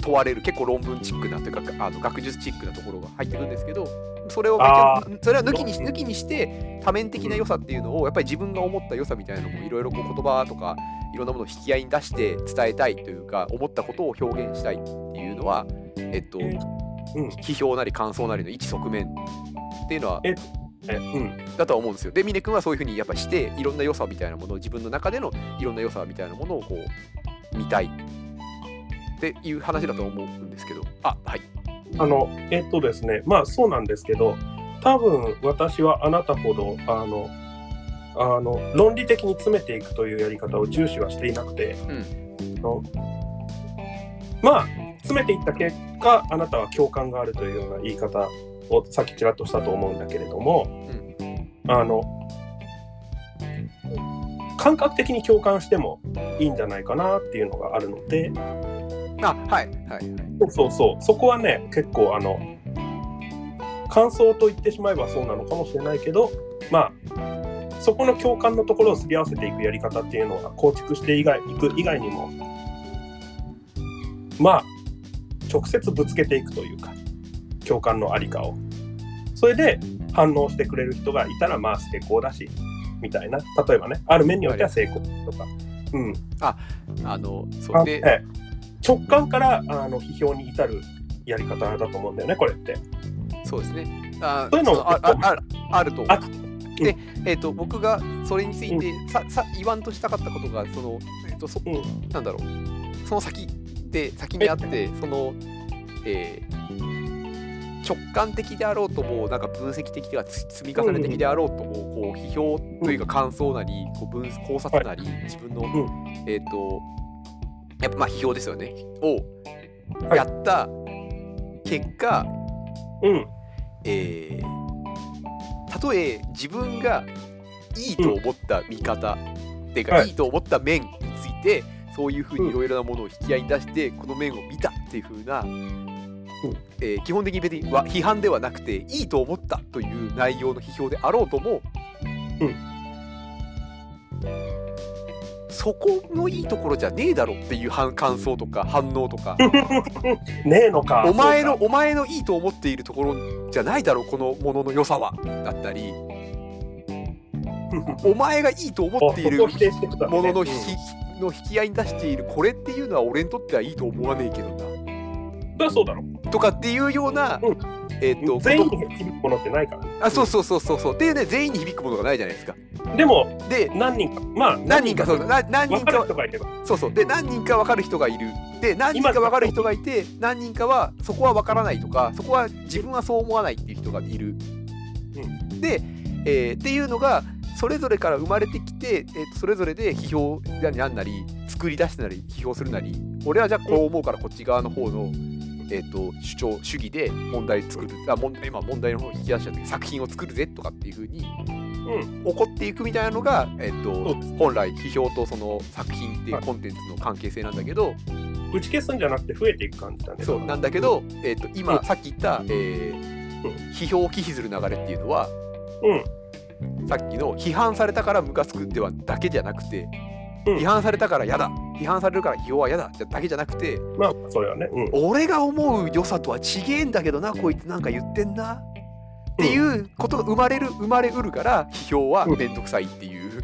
A: 問われる結構論文チックなというかあの学術チックなところが入ってくるんですけどそれをめちゃ
B: あ
A: それは抜きにし抜きにして多面的な良さっていうのをやっぱり自分が思った良さみたいなのもいろいろこう言葉とかいろんなものを引き合いに出して伝えたいというか思ったことを表現したいっていうのはえっと、
B: えうん
A: 批評なり感想なりの一側面っていうのは
B: ええうん
A: だとは思うんですよ。で峰君はそういうふうにやっぱしていろんな良さみたいなものを自分の中でのいろんな良さみたいなものをこう見たいっていう話だと思うんですけどあはい
B: あのえっとですねまあそうなんですけど多分私はあなたほどあのあの論理的に詰めていくというやり方を重視はしていなくて、あのまあ詰めていった結果あなたは共感があるというような言い方をさっきちらっとしたと思うんだけれども、あの感覚的に共感してもいいんじゃないかなっていうのがあるので、
A: あはいはいはい
B: そうそうそう、そこはね、結構あの、感想と言ってしまえばそうなのかもしれないけど、まあ、そこの共感のところをすり合わせていくやり方っていうのは構築していがいく以外にも、まあ、直接ぶつけていくというか、共感のありかを。それで反応してくれる人がいたら、まあ、成功だし、みたいな。例えばね、ある面によっては成功とか。うん。
A: あのそ
B: あ
A: れで
B: ええ直感からあの批評に至るやり方だと思うんだよね、これって。
A: そうですね。あ
B: そういうのも
A: ああああると
B: あ
A: で、えっと僕がそれについてささ言わんとしたかったことがその、えっとそ
B: うん
A: なんだろうその先で先にあってその、えー直感的であろうともなんか分析的ではつ積み重ね的であろうともこう批評というか感想なりこう分考察なり自分の、
B: う
A: えっ、とやっぱまあ批評ですよねを
B: はい
A: やった結果、
B: うん、
A: えーたとえ自分がいいと思った見方、っていうか、
B: はい
A: い、いと思った面についてそういうふうにいろいろなものを引き合いに出して、この面を見たっていうふうな、えー基本的に別には批判ではなくていいと思ったという内容の批評であろうとも、
B: うん
A: そこのいいところじゃねえだろっていう反感想とか反応とか。
B: ねえのか。
A: お前の
B: そう
A: お前のいいと思っているところじゃないだろうこのものの良さはだったり
B: か
A: お前がいいと思ってい
B: そ
A: る
B: こを
A: も
B: 否定してくださいね
A: のの
B: うん
A: ひの引き合いに出しているこれっていうのは俺にとってはいいと思わねえけどな
B: そりゃそうだろ。
A: とかっていうような、
B: うん
A: えーっと
B: 全員
A: こと
B: に響くものってないから、ね。
A: あそうそうそうそうそうでね全員に響くものがないじゃないですか
B: でも、
A: で
B: 何人か、まあ、
A: 何人かそうな何
B: 分
A: 人
B: か
A: かは
B: る人がいれば。
A: そうそうで何人か分かる人がいるで何人か分かる人がいて何人かはそこは分からないとかそこは自分はそう思わないっていう人がいる、で、えーっていうのがそれぞれから生まれてきて、えーとそれぞれで批評なりなんなり作り出してなり批評するなり俺はじゃあこう思うからこっち側の方の、えー、と主張主義で問題作るあ問題今問題の方を引き出しちゃって作品を作るぜとかっていうふうに
B: うん、
A: 起こっていくみたいなのが、えっと
B: そうです
A: 本来批評とその作品っていうコンテンツの関係性なんだけど、
B: 打ち消すんじゃなくて増えていく感じだね。
A: そうなんだけど、えっと今、
B: うん
A: さっき言った、えー
B: うん
A: 批評を忌避する流れっていうのは
B: うん、
A: さっきの批判されたからムカつくではだけじゃなくて、
B: うん
A: 批判されたから嫌だ批判されるから批評は嫌だじゃだけじゃなくて
B: まあ、それはね。うん、
A: 俺が思う良さとはちげえんだけどなこいつなんか言ってんな。っていうことが生まれる生まれうるから批評は
B: うん
A: 面倒くさいっていう、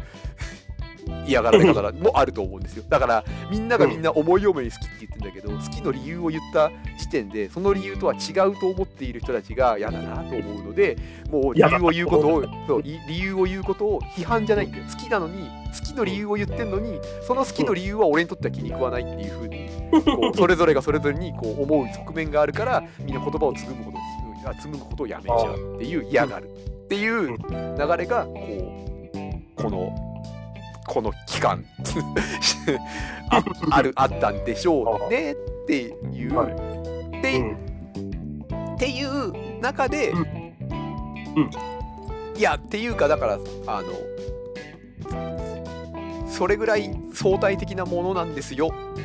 A: 嫌がられ方もあると思うんですよだからみんながみんな思い思いに好きって言ってんだけど、好きの理由を言った時点でその理由とは違うと思っている人たちが嫌だなと思うのでもう理由を言うことをそうい理由を言うことを批判じゃないんだよ好きなのに好きの理由を言ってんのにその好きの理由は俺にとっては気に食わないっていうふうにこうそれぞれがそれぞれにこう思う側面があるからみんな言葉を紡ぐことを紡ぐことをやめちゃうっていう嫌がるっていう流れがこうこのこの期間 ああるあったんでしょうねっていう、
B: はい
A: で
B: うん
A: っていう中で、
B: うんうん
A: いやっていうかだからあのそれぐらい相対的なものなんですよっ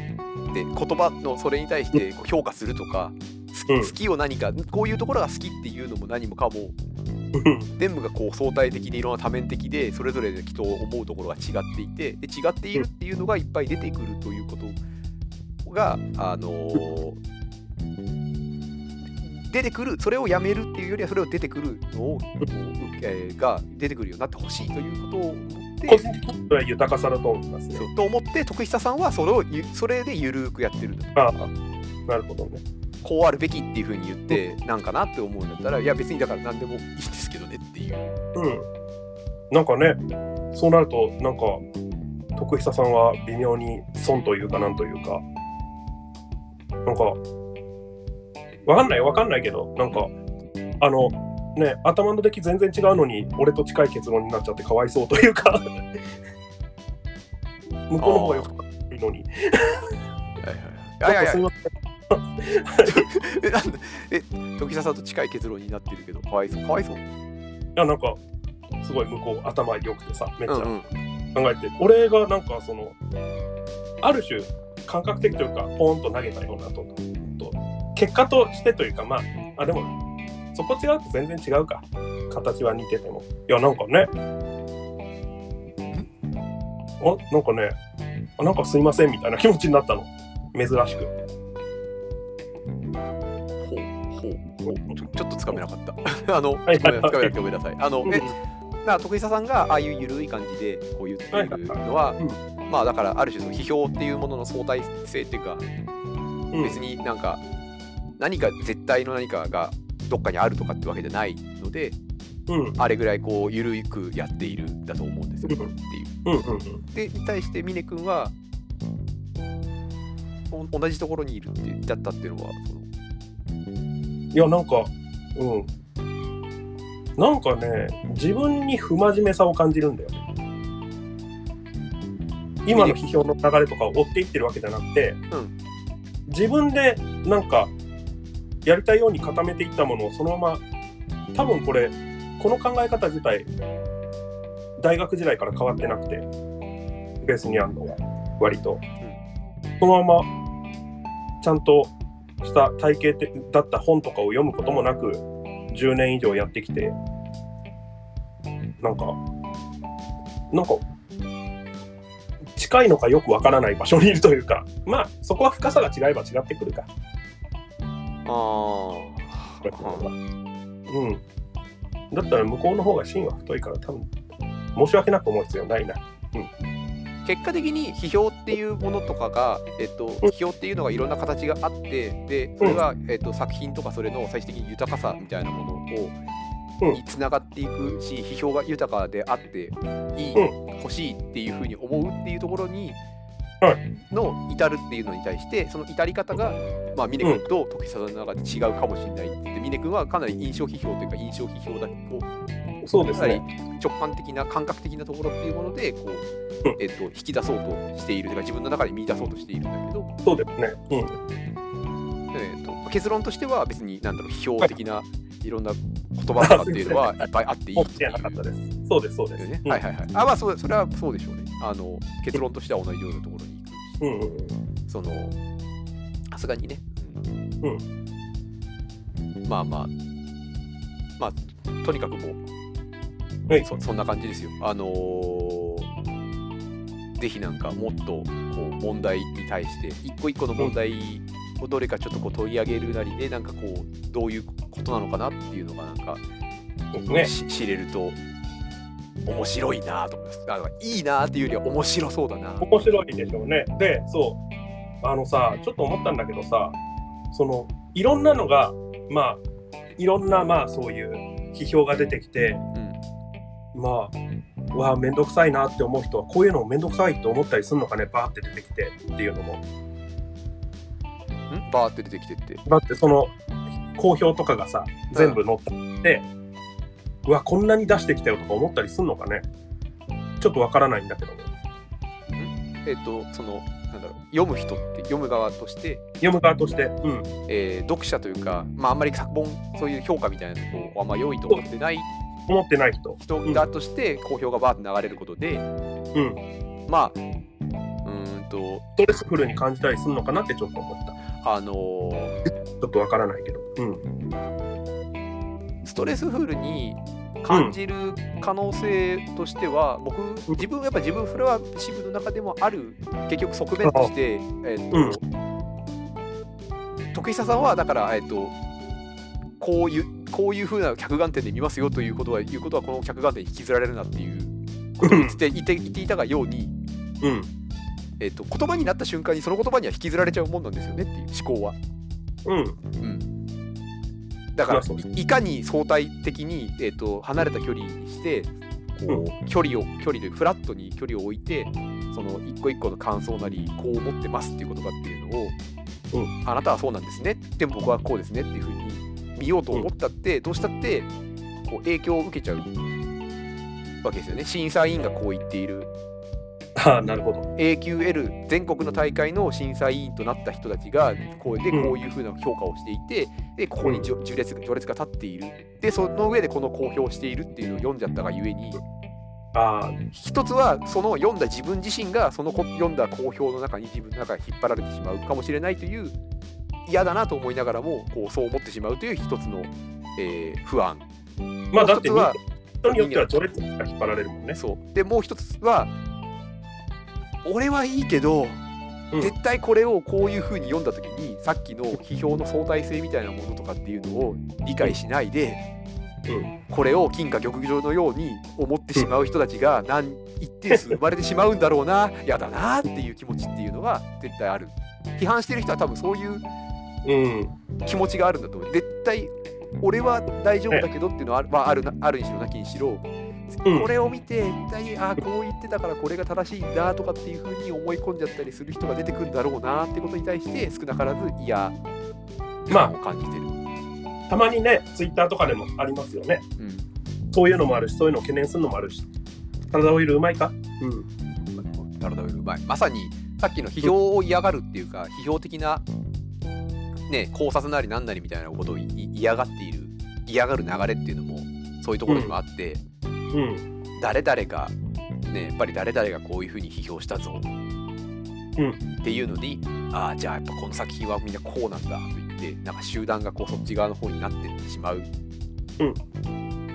A: て言葉のそれに対してこう評価するとか、好き
B: うん
A: 好きを何かこういうところが好きっていうのも何もかも全部がこう相対的でいろんな多面的でそれぞれで人を思うところが違っていてで違っているっていうのがいっぱい出てくるということがあのー出てくるそれをやめるっていうよりはそれを出てくるのを、えーが出てくるようになってほしいということを思って
B: 個人的には豊かさだと思いますね
A: そ。うと思って徳久さんはそれをゆそれでゆるーくやってるんだ
B: あなるほどね。
A: こうあるべきっていうふうに言ってなんかなって思うんだったらいや別にだから何でもいいんですけどねっていう。
B: うん。なんかね、そうなると、なんか、徳久さんは微妙に損というか、なんというか、なんか、わかんない、わかんないけど、なんか、あの、ね、頭の出来全然違うのに、俺と近い結論になっちゃってかわいそうとい うか、向こうの方がよくないのに。
A: いやいやい
B: なんか
A: や
B: すみません
A: え、なんで、え、時久さんと近い結論になってるけど、かわいそう、かわいそう。
B: いや、なんか、すごい向こう頭良くてさ、めっちゃ。
A: うんうん、
B: 考えて俺がなんかそのある種感覚的というかポーンと投げたようなとと結果としてというかまああでもそこ違うと全然違うか形は似ててもいやなんかねあなんかねあなんかすいませんみたいな気持ちになったの珍しく
A: ほう、ほう、ほう、ちょ、ちょっとつかめなかった。あ の、
B: はい
A: つかめなつかめなくてごめんなさい。あの、え、だか
B: う
A: ら徳久さんがああいうゆるい感じで、こう言ってるのは
B: はいはい。
A: まあ、だから、ある種、その批評っていうものの相対性っていうか、
B: ん
A: 別になんか。何か絶対の何かが、どっかにあるとかってわけじゃないので、
B: うんうん
A: あれぐらいこうゆるくやっているんだと思うんですよ。って
B: うん
A: いう。
B: うんうん
A: でに対して峰君はお同じところにいるって言っちゃったっていうのはその
B: いやなんかうんなんかね自分に不真面目さを感じるんだよね今の批評の流れとかを追っていってるわけじゃなくて、
A: ん
B: 自分でなんかやりたいように固めていったものをそのまま多分これこの考え方自体大学時代から変わってなくてベースにあるのが割と、そのままちゃんとした体系的だった本とかを読むこともなく10年以上やってきてなんかなんか近いのかよくわからない場所にいるというかまあそこは深さが違えば違ってくるか
A: あー
B: うんだったら向こうの方が芯は太いから多分申し訳なく思う必要ないな
A: 結果的に批評っていうものとかが、えっと、批評っていうのがいろんな形があってでそれが、えっと、作品とかそれの最終的に豊かさみたいなものを
B: うん
A: につながっていくし批評が豊かであっていい、欲しいっていうふうに思うっていうところに、
B: は
A: の至るっていうのに対してその至り方が、まあ、峰君と時久さんの中で違うかもしれないって言って峰君はかなり印象批評というか印象批評だを
B: そうで
A: か
B: す
A: なり
B: ね
A: 直感的な感覚的なところっていうものでこう
B: うん、
A: えっと引き出そうとしているというか自分の中で見出そうとしているんだけど、
B: そうですねうん
A: えっと結論としては別になんだろう批評的ないろんな言葉とかっていうの はいっぱいあっていい
B: オ
A: っ
B: ッ
A: て
B: ケ
A: い
B: ーなか
A: う
B: ったですそうですそうです、
A: ね
B: うん
A: はいはいはい。あまあそうそれはそうでしょうね。あの結論としては同じようなところに行くし、
B: うんうんうん
A: そのさすがにね。
B: う
A: まあまあまあとにかくもう、
B: はい
A: そそんな感じですよ。あのーぜひなんかもっとこう問題に対して一個一個の問題をどれかちょっとこう取り上げるなりでなんかこうどういうことなのかなっていうのがなんか
B: そうですね
A: し知れると面白いなと思いますあのいいなっていうよりは面白そうだな
B: 面白いでしょうね。で、そう、あのさ、ちょっと思ったんだけどさ、そのいろんなのが、まあ、いろんな、まあ、そういう批評が出てきて、
A: うん
B: まあ、わあ、めんどくさいなって思う人は、こういうのをめんどくさいって思ったりするのかね、バーって出てきてっていうのも。
A: んバーって出てきてって
B: だって、その、好評とかがさ、全部載って、うわ、こんなに出してきたよとか思ったりするのかね。ちょっとわからないんだけども。
A: えっ、とそのなんだろう読む人って読む側として、
B: 読む側として、うん、
A: えー読者というか、まあ、あんまり作本そういう評価みたいなのをあんま良いと思ってない
B: 思ってない人。
A: 人だとして好評がバーって流れることで、
B: うん
A: まあうーんと
B: ストレスフルに感じたりするのかなってちょっと思った。
A: あのー
B: ちょっとわからないけど。うん。
A: ストレスフルに感じる可能性としては、僕自分やっぱ自分フラワーシブの中でもある結局側面として、えっと
B: うん
A: 徳久さんはだから、えっとこういうこういう風な客観点で見ますよということはいうことはこの客観点に引きずられるなっていうことを言って言って言っていたがように、
B: うん。
A: えっと言葉になった瞬間にその言葉には引きずられちゃうもんなんですよねっていう思考は。
B: うん。
A: うん、だから
B: まあそうです
A: いいかに相対的に、えー、と離れた距離にしてこう距離を距離というフラットに距離を置いてその一個一個の感想なりこう思ってますっていうことかっていうのを、
B: う
A: あなたはそうなんですねでも僕はこうですねっていうふうに見ようと思ったって、どうしたってこう影響を受けちゃうわけですよね審査委員がこう言っている
B: ああ、なるほど。
A: AQL 全国の大会の審査委員となった人たちがこうで
B: うん
A: こういうふうな評価をしていて、でここにじょ序列序列が立っているでその上でこの公表しているっていうのを読んじゃったがゆえに
B: ああ、
A: 一つはその読んだ自分自身がそのこ読んだ公表の中に自分の中に引っ張られてしまうかもしれないという嫌だなと思いながらもこうそう思ってしまうという一つの、えー不安
B: まあだって
A: もう一つは
B: 人によっては序列が引っ張られるもんね。
A: そうでもう一つは俺はいいけど、
B: うん
A: 絶対これをこういう風に読んだ時にさっきの批評の相対性みたいなものとかっていうのを理解しないで、
B: うん
A: これを金貨玉状のように思ってしまう人たちが何一定数生まれてしまうんだろうなやだなっていう気持ちっていうのは絶対ある批判してる人は多分そういう
B: うん。
A: 気持ちがあるんだと思う絶対俺は大丈夫だけどっていうのはある,、まあ、あるなあるにしろなきにしろ、
B: うん
A: これを見て絶対あーこう言ってたからこれが正しいんだとかっていうふうに思い込んじゃったりする人が出てくるんだろうなってことに対して少なからず嫌
B: ま
A: を感じてる、
B: あたまにね、ツイッターとかでもありますよね。
A: うん
B: そういうのもあるし、そういうのを懸念するのもあるし。体オイルうまいかうん。
A: なるほどうまいまさにさっきの批評を嫌がるっていうか批評的なね考察なりなんなりみたいなことをい嫌がっている嫌がる流れっていうのもそういうところにもあって、
B: うん。
A: 誰々が、ね、やっぱり誰々がこういうふうに批評したぞ、
B: うん
A: っていうのにああじゃあやっぱこの作品はみんなこうなんだと言ってなんか集団がこうそっち側の方になってってしまう、
B: う
A: っ
B: ん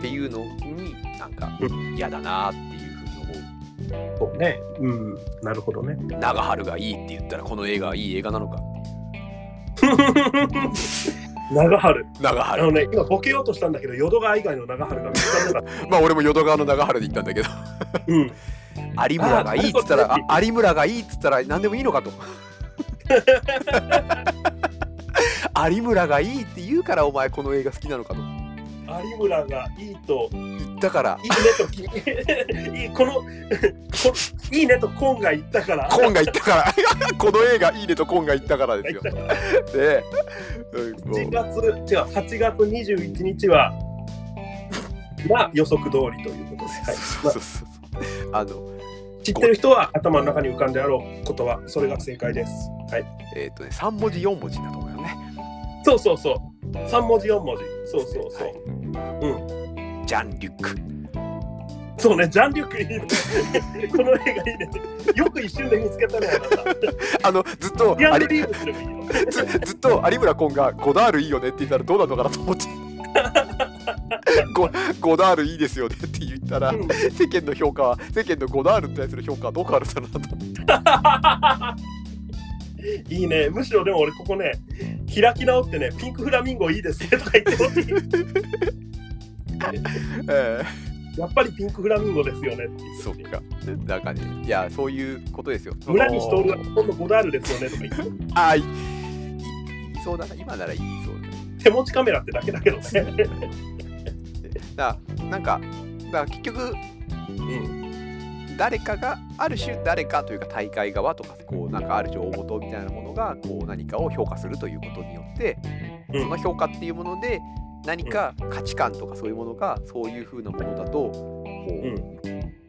A: ていうのになんか
B: う
A: 嫌だなっていうふうに思
B: そうね。うん。なるほどね。
A: う長春がいいって言ったらこの映画はいい映画なのかってい
B: 長春。
A: う長
B: あ
A: 春
B: のね、今ボケようとしたんだけど、淀川以外の長春が見つからなかっ
A: まあ俺も淀川の長春で言ったんだけど
B: た。うん。
A: 有村がいいっつったら
B: あ
A: あ有村がいいっつったら何でもいいのかと 有村がいいって言うからお前この映画好きなのかと
B: 有村がいいと、
A: 言ったから
B: いいねと、いい この、こいいねとコーンが言ったから。
A: コンが言ったから この映画いいねとコンが言ったからですよで、うんも
B: 8
A: う
B: 月違う8月21日はまあ予測通りということで、はい
A: そ
B: ま
A: うそうそうそうあの
B: あ、知ってる人は頭の中に浮かんであろうことはそれが正解です、はい、
A: えっ、とね3文字4文字だと思うよね
B: そうそうそう3文字4文字そうそうそう、
A: はいジャン・リュック
B: そうねジャンリュックいいね この映画いいねってよく一瞬で見つけたねあなた
A: あのずっと
B: リア
A: 有
B: ルリーブスでもいいよ
A: ずずっと有村コンが「ゴダールいいよね」って言ったらどうなるのかなと思って「ゴゴダールいいですよね」って言ったら
B: うん
A: 世間の評価は世間のゴダールに対する評価はどう変わるんだろうなと思って
B: いいねむしろでも俺ここね開き直ってねピンクフラミンゴいいですねとか言ってほしい
A: え
B: やっぱりピンクフラミンゴですよねって言って
A: そっか。でなんかね、いや、そういうことですよ。
B: 村西
A: その
B: 徹が今度ゴダールですよねとか言って
A: あいい言いそうだな、今なら言いそうだ
B: 手持ちカメラってだけだけど ね、
A: だからなんかだから結局
B: うん、
A: 誰かがある種誰かというか大会側とかこうなんかある情報元みたいなものがこう何かを評価するということによって
B: うん
A: その評価っていうもので何か価値観とかそういうものがそういう風なものだとこ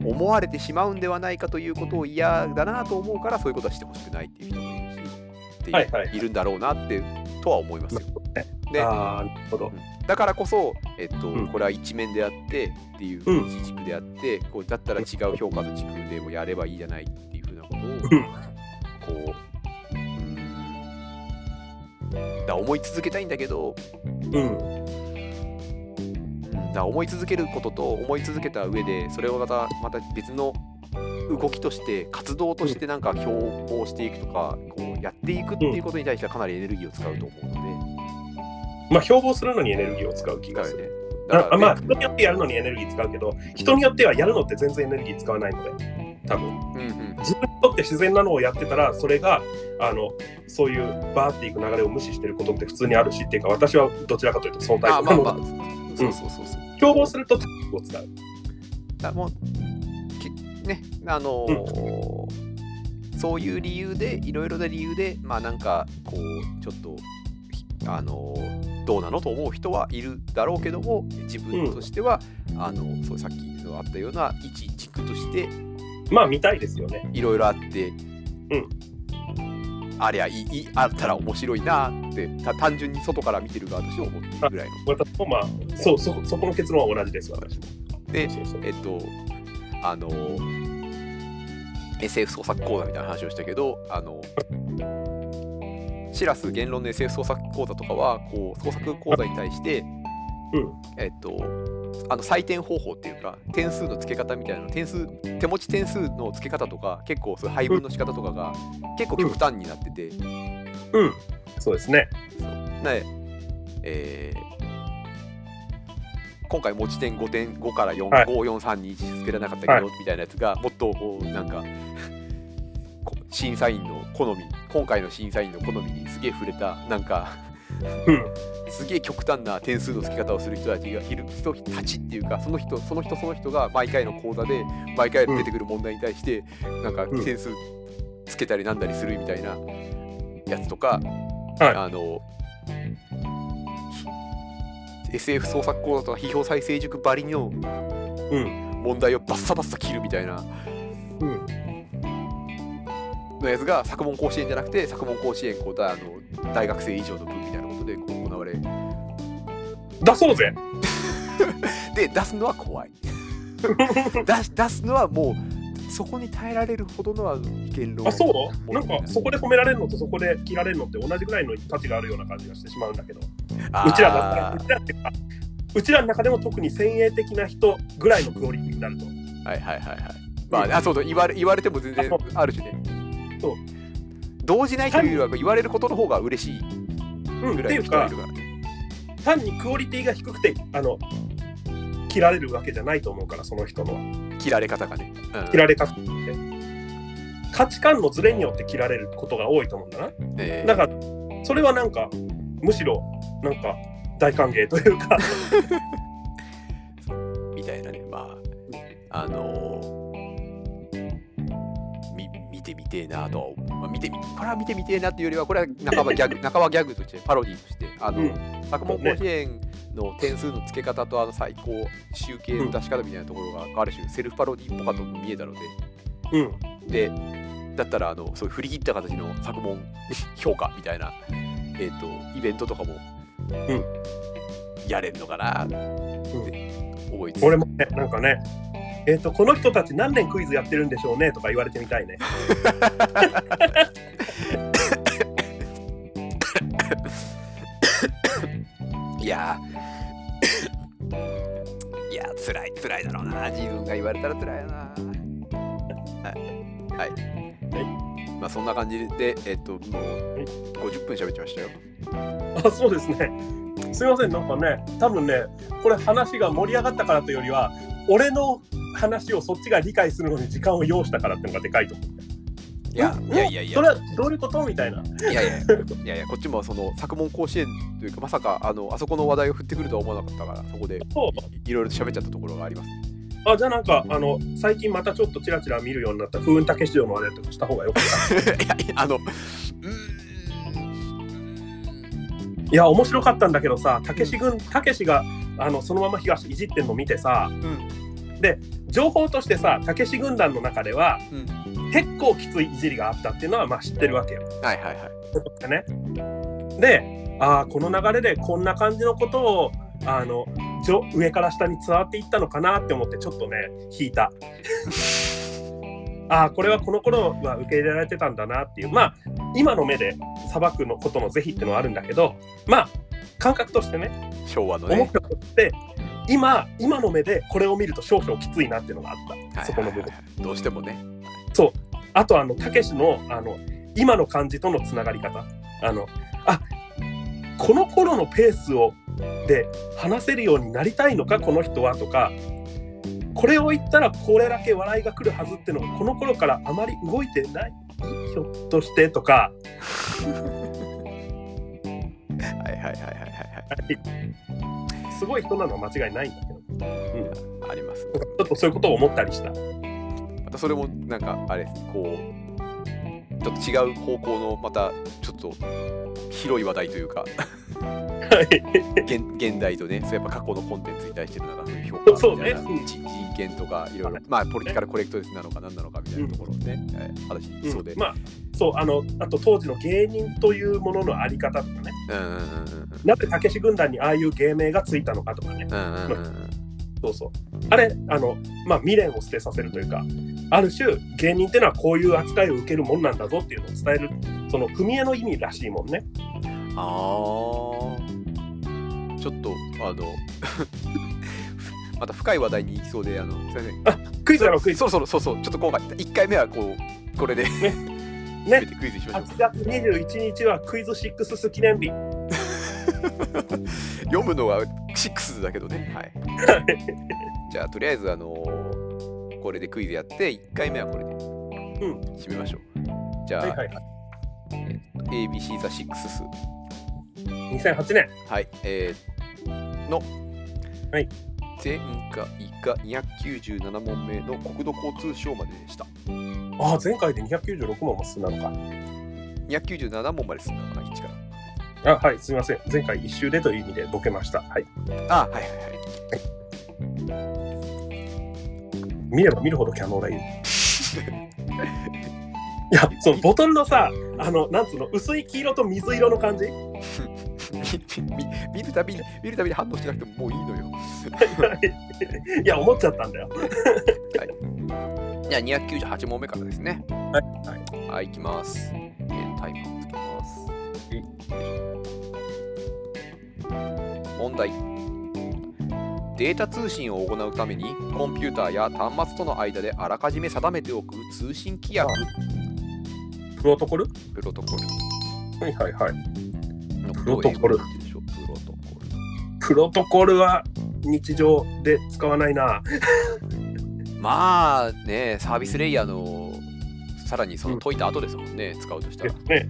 A: う思われてしまうんではないかということを嫌だなと思うからそういうことはしてほしくないっていう人もいるしっていう
B: はいはい
A: いるんだろうなってとは思いますよ。で
B: ああなるほど
A: だからこそ、えっと
B: うん
A: これは一面であってっていう
B: うん
A: 一軸であって、こうだったら違う評価の軸でもやればいいじゃないっていうふうなことをこううんだ思い続けたいんだけど
B: うん
A: うんだ思い続けることと思い続けた上でそれをまたまた別の動きとして活動としてなんか標榜していくとかこうやっていくっていうことに対してはかなりエネルギーを使うと思うので
B: まあ標榜するのにエネルギーを使う気が
A: だ
B: す
A: よ
B: る
A: ねだ
B: あ
A: から
B: あ
A: ね
B: まあ人によってやるのにエネルギー使うけど人によってはやるのって全然エネルギー使わないので多分
A: うんうん
B: 自分にとって自然なのをやってたらそれがあのそういうバーっていく流れを無視してることって普通にあるしっていうか私はどちらかというとそのタイ
A: あ
B: プ
A: ま
B: な
A: あま
B: ので
A: あそうそうそうそう
B: 競合するとタイプを使う
A: だもうきねあのーそういう理由でいろいろな理由でまあなんかこうちょっとひあのーどうなのと思う人はいるだろうけども自分としては、あのそうさっきのあったような一軸として
B: まあ見たいですよね
A: いろいろあって、
B: うん
A: ありゃいいいいあったら面白いなってた単純に外から見てる側として思ってるぐらいの
B: 私もまあそうそそこの結論は同じです私も
A: で
B: そうそう
A: えっと、あの、SF 創作講座みたいな話をしたけど、あの、シラス言論の SF 創作講座とかは、こう、創作講座に対して、
B: うん
A: えっと、あの採点方法っていうか点数の付け方みたいなの点数手持ち点数の付け方とか結構そういう配分の仕方とかが結構極端になってて、
B: うんそうですね
A: ねえー今回持ち点5点5から4、
B: はい
A: 5432つけられなかったけど、みたいなやつがもっとこうなんか こ審査員の好み今回の審査員の好みにすげえ触れたなんか
B: うん
A: すげえ極端な点数の付け方をする人たちがいる人たちっていうかその人その人その人が毎回の講座で毎回出てくる問題に対して、なんか
B: うん
A: 点数つけたりなんだりするみたいなやつとか、
B: はい
A: あの SF 創作講座とか批評再生塾ばりの
B: うん
A: 問題をバッサバッサ切るみたいな
B: うん
A: のやつが作文甲子園じゃなくて作文甲子園こうだあの大学生以上の部みたいなことでこう行われ
B: 出そうぜ
A: で出すのは怖 い出し出すのはもうそこに耐えられるほどのは言論
B: あそうなんかそこで褒められるのとそこで切られるのって同じぐらいの価値があるような感じがしてしまうんだけどうちらだったら
A: あ
B: うちらっていうかうちらの中でも特に先鋭的な人ぐらいのクオリティになると
A: ーはいはいはいはいまああそうそう言われ言われても全然
B: そう
A: あるしね
B: そう
A: 動じないというよりは言われることの方が嬉しい
B: うん、
A: ぐ
B: っ
A: ら
B: て
A: い
B: い
A: の
B: う
A: 人がい
B: か
A: るからね
B: 単にクオリティが低くてあの切られるわけじゃないと思うからその人の
A: 切られ方がね、うん
B: 切られ方って価値観のズレによって切られることが多いと思うんだな
A: えー
B: だからそれはなんかむしろなんか大歓迎とい うか
A: みたいなねまああのーみ見てみてえなとは思う、まあ、見てみこれは見てみてえなっていうよりはこれは半ばギャグ半ばギャグとしてパロディとしてあの、
B: うん
A: 作文甲子園の点数の付け方とあの最高集計の出し方みたいなところが、ある種セルフパロディっぽかと見えたので
B: うん
A: でだったらあのそういう振り切った形の作文評価みたいな、えー、とイベントとかも、
B: うん
A: やれんのかなって思いつつ、
B: 俺もねなんかねえっ、とこの人たち何年クイズやってるんでしょうねとか言われて みたいね
A: いやーいやー辛い辛いだろうな自分が言われたら辛いよなはいはい、まあそんな感じでえっともう
B: い
A: 50分喋っちゃいましたよ
B: あそうですね。すみません、なんかね、多分ね、これ話が盛り上がったからというよりは、俺の話をそっちが理解するのに時間を要したからってのがでかいと思う。
A: いや
B: ん
A: いやいやいや
B: それはどういうことみたいな。
A: いやいやいやいやこっちもその作文甲子園というかまさかあのあそこの話題を振ってくるとは思わなかったからそこでい
B: そう
A: いろいろと喋っちゃったところがあります。
B: あじゃあなんかあの最近またちょっとちらちら見るようになった風雲竹市場のあれとかした方がよかった。
A: いやいやあのうーん
B: いや面白かったんだけどさ、竹志軍竹志があのそのまま東いじってんの見てさ、で情報としてさ竹志軍団の中では
A: うん
B: 結構きついいじりがあったっていうのはまあ知ってるわけよ。
A: はいはいはい。
B: でね。で、ああこの流れでこんな感じのことをあのじょ上から下に伝わっていったのかなって思ってちょっとね引い た。ああこれはこの頃は受け入れられてたんだなっていうまあ今の目で砂漠のことの是非ってのはあるんだけどまあ感覚としてね
A: 昭和のね。
B: 思ったことって今今の目でこれを見ると少々きついなっていうのがあったそこの部分。
A: 分。どうしてもね。
B: あとあのたけしのあの今の感じとのつながり方あのあこの頃のペースをで話せるようになりたいのかこの人はとかこれを言ったらこれだけ笑いが来るはずってのがこの頃からあまり動いてないひょっとしてとか
A: はいはいはいはいはい
B: すごい人なのは間違いないんだけど
A: はい。あります。
B: ちょっとそういうことを思ったりした。
A: またそれもなんかあれこうちょっと違う方向のまたちょっと広い話題というか
B: はい
A: 現 現代とねそうやっぱ過去のコンテンツに対してのなんかそういう評価
B: そう
A: みたいな
B: そうね
A: 人人権とかいろいろまあポリティカルコレクトレスなのか何なのかみたいなところをね、えー話に
B: うん
A: そうで、
B: まあそうあのあと当時の芸人というもののあり方とかね
A: うんうんうん
B: なぜたけし軍団にああいう芸名がついたのかとかね
A: うんうんうんうん
B: そうそう。あれ、あの、まあ、未練を捨てさせるというか、ある種、芸人ってのはこういう扱いを受けるもんなんだぞっていうのを伝える、その踏み絵の意味らしいもんね。
A: あーちょっとあの また深い話題に行きそうであのすいません
B: クイズだろ、クイズ。
A: そろそろそうそうちょっと今回1回目はこうこれでね
B: ね
A: クイズにしましょう
B: 8月21日はクイズ6ス記念日。
A: 読むのは6だけどねはいじゃあとりあえずあのーこれでクイズやって1回目はこれで
B: ん
A: 締めましょう、じゃあ、
B: はいはいは
A: ABC ザシックスス
B: い。2008年。
A: はいえー、の
B: はい
A: 前回が297問目の国土交通省まででした
B: ああ、前回で296問も進んだのか。
A: 297問まで進んだのかな1から
B: あはい、すみません。前回1周でという意味でボケました。はい。
A: あはいはいはい
B: 見れば見るほどキャノーラいい。い や、そのボトルのさ、あの、なんつうの、薄い黄色と水色の感じ。
A: みみ見るたびに見るたびに反応しなくてももういいのよ。
B: いや、思っちゃったんだよ。
A: じゃあ298問目からですね。。
B: はい
A: はい、いきます。えータイムをつけます。問題。データ通信を行うためにコンピューターや端末との間であらかじめ定めておく通信規約
B: プロトコル
A: プロトコル
B: はいはいはい。
A: の
B: プロトコ
A: ことを英語で
B: ル
A: 言うんでしょうプロトコル。
B: プロトコルは日常で使わないな。
A: まあねサービスレイヤーのさらにその解いた後ですもんね、使うとしたら、
B: ね。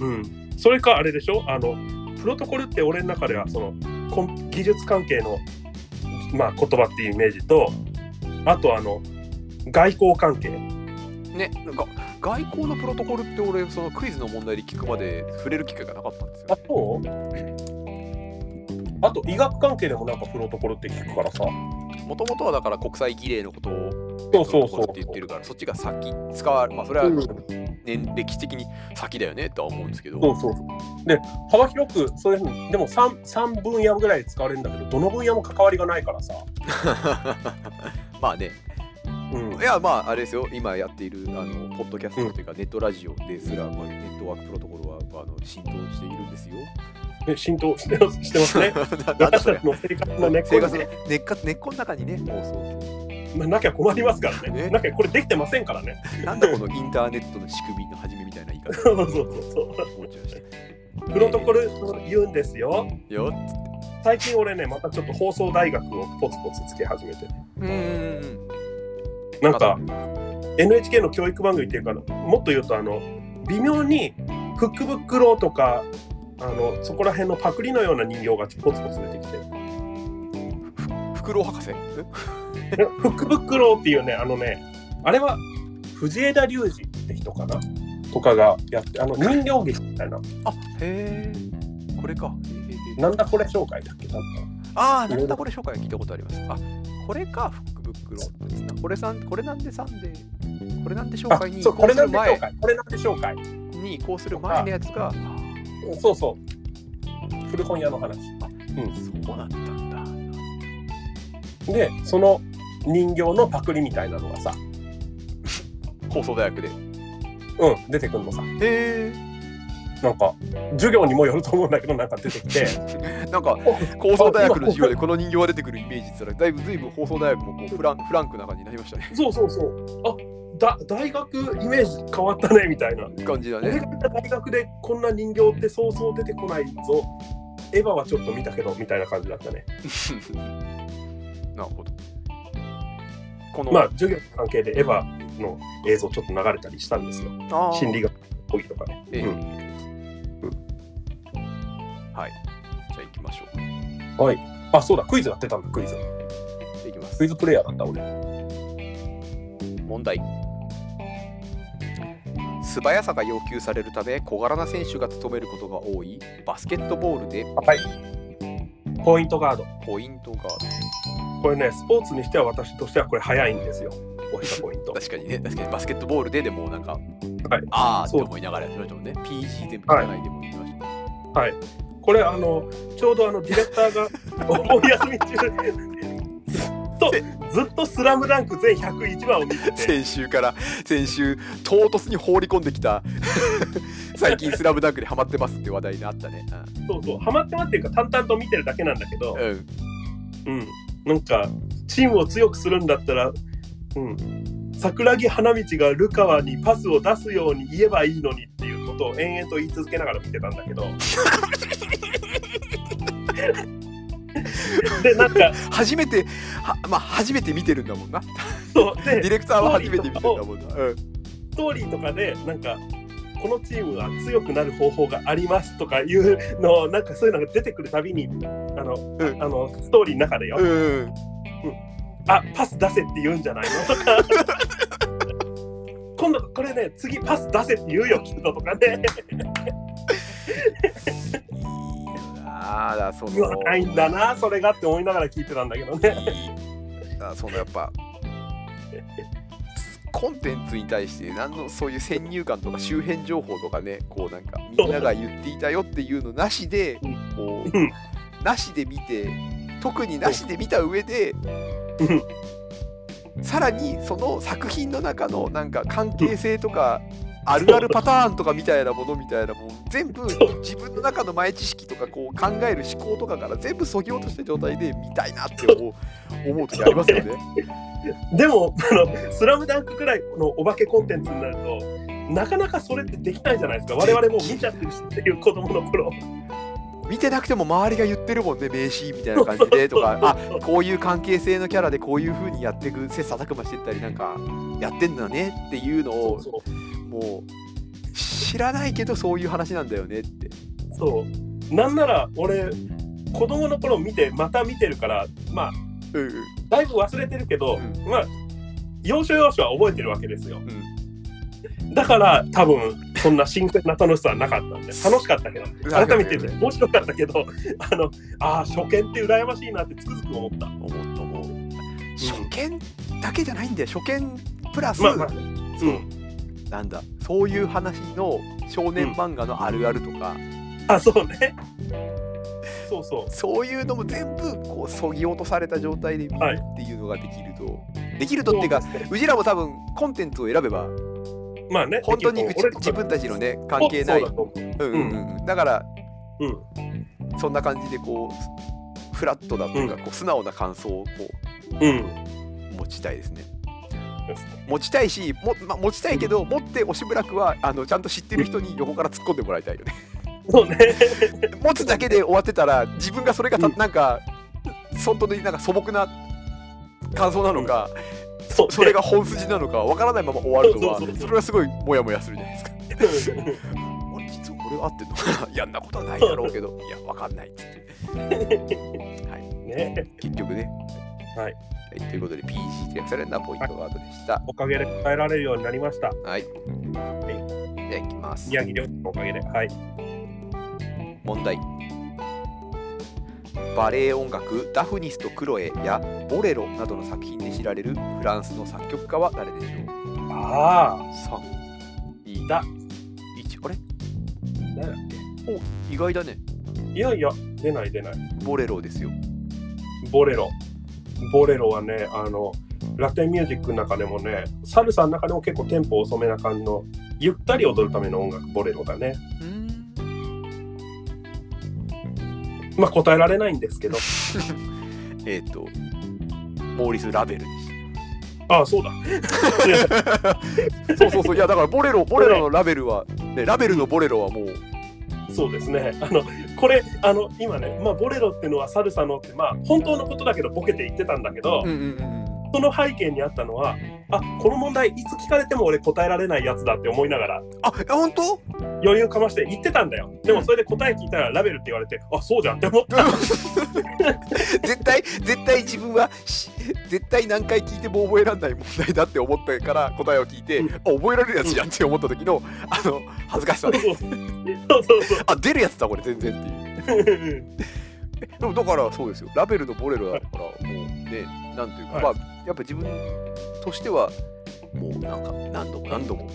A: うん
B: うん。それかあれでしょあの、プロトコルって俺の中では、その、コン技術関係の、まあ、言葉っていうイメージと、あとあの、外交関係。
A: ねなんか外交のプロトコルって俺そのクイズの問題で聞くまで触れる機会がなかったんですよ
B: あ、そうあと、医学関係でもなんかプロトコルって聞くからさ。
A: もともとはだから国際儀礼のことを
B: そうそう
A: プ
B: そ
A: ロ
B: う
A: トコルって言ってるからそっちが先使われまあそれは
B: うん
A: 年歴史的に先だよねとは思うんですけど、
B: そうそうそう。で、幅広く、そういうふうに、でも 3, 三分野ぐらいで使われるんだけど、どの分野も関わりがないからさ。
A: まあね
B: うん
A: い。やまああれですよ今やっているあのポッドキャストというかネットラジオですら、まあネットワークプロトコルはあの浸透しているんですよ。
B: ね、浸透してますしてます ね
A: ななんだ
B: 私
A: そ
B: た
A: れ
B: ちの生活の根っこ
A: 生
B: に
A: 活の根っか根っこの中にね、もうそうそ
B: まあなきゃ困りますからね。
A: ね
B: なきゃこれできてませんからね。
A: うなんだこのインターネットの仕組みの始めみたいな言い方
B: そうそうそうそ
A: 思っちゃうし
B: う。プロトコル言うんですよ。
A: よっ
B: 最近俺ね、またちょっと放送大学をポツポツつけ始めて、
A: うんうん
B: なんか NHK の教育番組っていうか、もっと言うと、あの、微妙にクックブックローとか、あの、そこら辺のパクリのような人形がポツポツ出てきて、
A: うん。フクロウ博士。
B: でフックブックローっていうね、あのね、あれは藤枝隆二って人かなとかがやって、あの人形劇みたいな、
A: あへえ。これか。へーへーへー
B: なんだこれ紹介だっけなんか
A: ああ、なんだこれ紹介は聞いたことあります。あこれか、フックブックローですな。これさん、これなんでさんで、これなんで紹
B: あ
A: 介に移
B: そう、こ
A: 行
B: れ
A: す
B: な
A: る
B: んで紹
A: 前
B: 介。これなんで紹介。
A: に移行する前のやつが、
B: そうそう。古本屋の話。
A: そうだったんだ。
B: で、その人形のパクリみたいなのがさ、
A: 放送大学で。へ
B: うん、出てくるのさ。
A: え。
B: なんか、授業にもよると思うんだけど、なんか出てきて、
A: なんか放送大学の授業でこの人形が出てくるイメージって言ったらだいぶずいぶん放送大学もこうフランフランクな感じになりましたね
B: そうそうそう。あだ大学イメージ変わったねみたいな。
A: 感じだ
B: 俺
A: ね
B: が行った大学でこんな人形ってそうそう出てこないぞ。エヴァはちょっと見たけどみたいな感じだったね。
A: なるほどこの、
B: まあ、授業の関係でエヴァの映像ちょっと流れたりしたんですよ。
A: あー
B: 心理学っぽいとかね。
A: ええ
B: うん
A: はいじゃあ行きましょ
B: あ、そうだ、クイズやってたんだ、クイズ。
A: ういきま
B: ク
A: す
B: イズプレイヤーだった、俺。
A: 問題素早さが要求されるため小柄な選手が務めることが多いバスケットボールで
B: はい。ポイントガード。
A: ポイントが
B: これね、スポーツにしては私としてはこれ早いんですよ。ポイントポイント。
A: 確かにね確かにバスケットボールででもなんか、
B: はい
A: ああって
B: そう
A: 思いながらやってましたもんね PG 全部聞かないでも言いました、
B: これあのちょうどあのディレクターがお盆休み中ずっとずっと「スラムダンク全101話を見て て
A: 先週から先週唐突に放り込んできた 最近「スラムダンクにハマってますって話題になったね、
B: そうそうハマってますっていうか淡々と見てるだけなんだけど
A: う、んうん、
B: うん、なんかチームを強くするんだったら、うん、桜木花道がルカワにパスを出すように言えばいいのにっていうことを延々と言い続けながら見てたんだけど。でなんか
A: 初めてはまあ初めて見てるんだもんな
B: そうで
A: ディレクターは初めて見てるんだもんな、うん、
B: ストーリーとかでなんかこのチームは強くなる方法がありますとかいうのをなんかそういうのが出てくるたびにあの、
A: うん
B: あのストーリーの中でよ、
A: うん
B: あパス出せって言うんじゃないのとか 今度これね次パス出せって言うよきっととかね
A: ああだからそ
B: 言わ
A: の
B: ないんだなそれがって思いながら聞いてたんだけどね
A: あそのやっぱコンテンツに対して何のそういう先入観とか周辺情報とかねこうなんかみんなが言っていたよっていうのなしで
B: うん
A: こ
B: うん
A: うなしで見て特になしで見た上で
B: うん
A: さらにその作品の中のなんか関係性とかあるあるパターンとかみたいなものみたいなもん全部自分の中の前知識とかこう考える思考とかから全部そぎ落とした状態で見たいなって思う思う時ありますよね。
B: でもあの「スラムダンクくらいのお化けコンテンツになるとなかなかそれってできないじゃないですか我々もう見ちゃってるしっていう子供の頃
A: 見てなくても周りが言ってるもんね名シーンみたいな感じでとかあこういう関係性のキャラでこういう風にやっていく切磋琢磨してったりなんかやってんだねっていうの
B: そう
A: を
B: そう
A: もう知らないけどそういう話なんだよねって
B: そうなんなら俺子供の頃見てまた見てるからまあ
A: うんうん
B: だいぶ忘れてるけど、
A: う
B: まあ要所要所は覚えてるわけですよ、だから多分そんな新鮮な楽しさはなかったんで楽しかったけど
A: なんか
B: 改
A: ね
B: めて面白かったけど あのあー初見って羨ましいなってつくづく思った
A: 思うと思う初見だけじゃないんだよ初見プラス、
B: まあまあねう
A: そうんなんだそういう話の少年漫画のあるあるとか、
B: あそうねそうそう
A: そういうのも全部こうそぎ落とされた状態で見るっていうのができると、できるとっていうか
B: そうですね
A: うちらも多分コンテンツを選べば
B: まあね
A: 本当にうち
B: 俺
A: 自分たちのね関係ない
B: そうだと思
A: うんうんうんだから
B: ううん
A: そんな感じでこうフラットだというか、こう素直な感想をこ
B: うん
A: う持ちたいですね
B: ですね
A: 持ちたいしも、ま、持ちたいけど持っておしぶらくはあのちゃんと知ってる人に横から突っ込んでもらいたいよね
B: そうね
A: 持つだけで終わってたら自分がそれがた、
B: うん
A: なんか本当になんか素朴な感想なのか、
B: そう
A: それが本筋なのかわからないまま終わるのは
B: そうそうそうそ
A: そ
B: う
A: れはすごいモヤモヤするじゃないですか。
B: う
A: 俺実はこれ合ってんの かないやんなことはないだろうけどいやわかんないっつって
B: んね
A: 結局ね。
B: はい
A: はいということで PG と訳されるのはポイントガードでした。
B: おかげで変えられるようになりました
A: はい。じゃあいきます。
B: 宮城亮のおかげではい
A: 問題バレエ音楽「ダフニスとクロエ」や「ボレロ」などの作品で知られるフランスの作曲家は誰でしょう
B: あ
A: ?3
B: だ
A: 1あれ
B: 誰だ
A: お意外だね
B: あいやいや出ない出ない
A: ボレロですよ
B: ボレロボレロはねあのラテンミュージックの中でもねサルサの中でも結構テンポ遅めな感じのゆったり踊るための音楽ボレロだね
A: うん
B: まあ答えられないんですけど
A: えっ、とモーリス・ラベルでし
B: ああそうだ
A: たそうそうそういやだからボレロボレロのラベルは、ね、ラベルのボレロはもう
B: そうですねあのこれあの今ね、まあ、ボレロってのはサルサのってまあ本当のことだけどボケて言ってたんだけど、
A: うんうんうん
B: その背景にあったのはあこの問題いつ聞かれても俺答えられないやつだって思いながら
A: あえ本当
B: 余裕かまして言ってたんだよでもそれで答え聞いたらラベルって言われてあそうじゃんって思った
A: 絶対絶対自分はし絶対何回聞いても覚えられない問題だって思ったから答えを聞いて、
B: うん
A: あ覚えられるやつじゃんって思った時のあの恥ずかし
B: そ
A: さ
B: う
A: ね
B: そうそうそうそう
A: あ出るやつだこれ全然っていうでもだからそうですよラベルのボレロだからもうねなんというか、
B: はい
A: まあやっぱ自分としてはもうなんか何度も何度も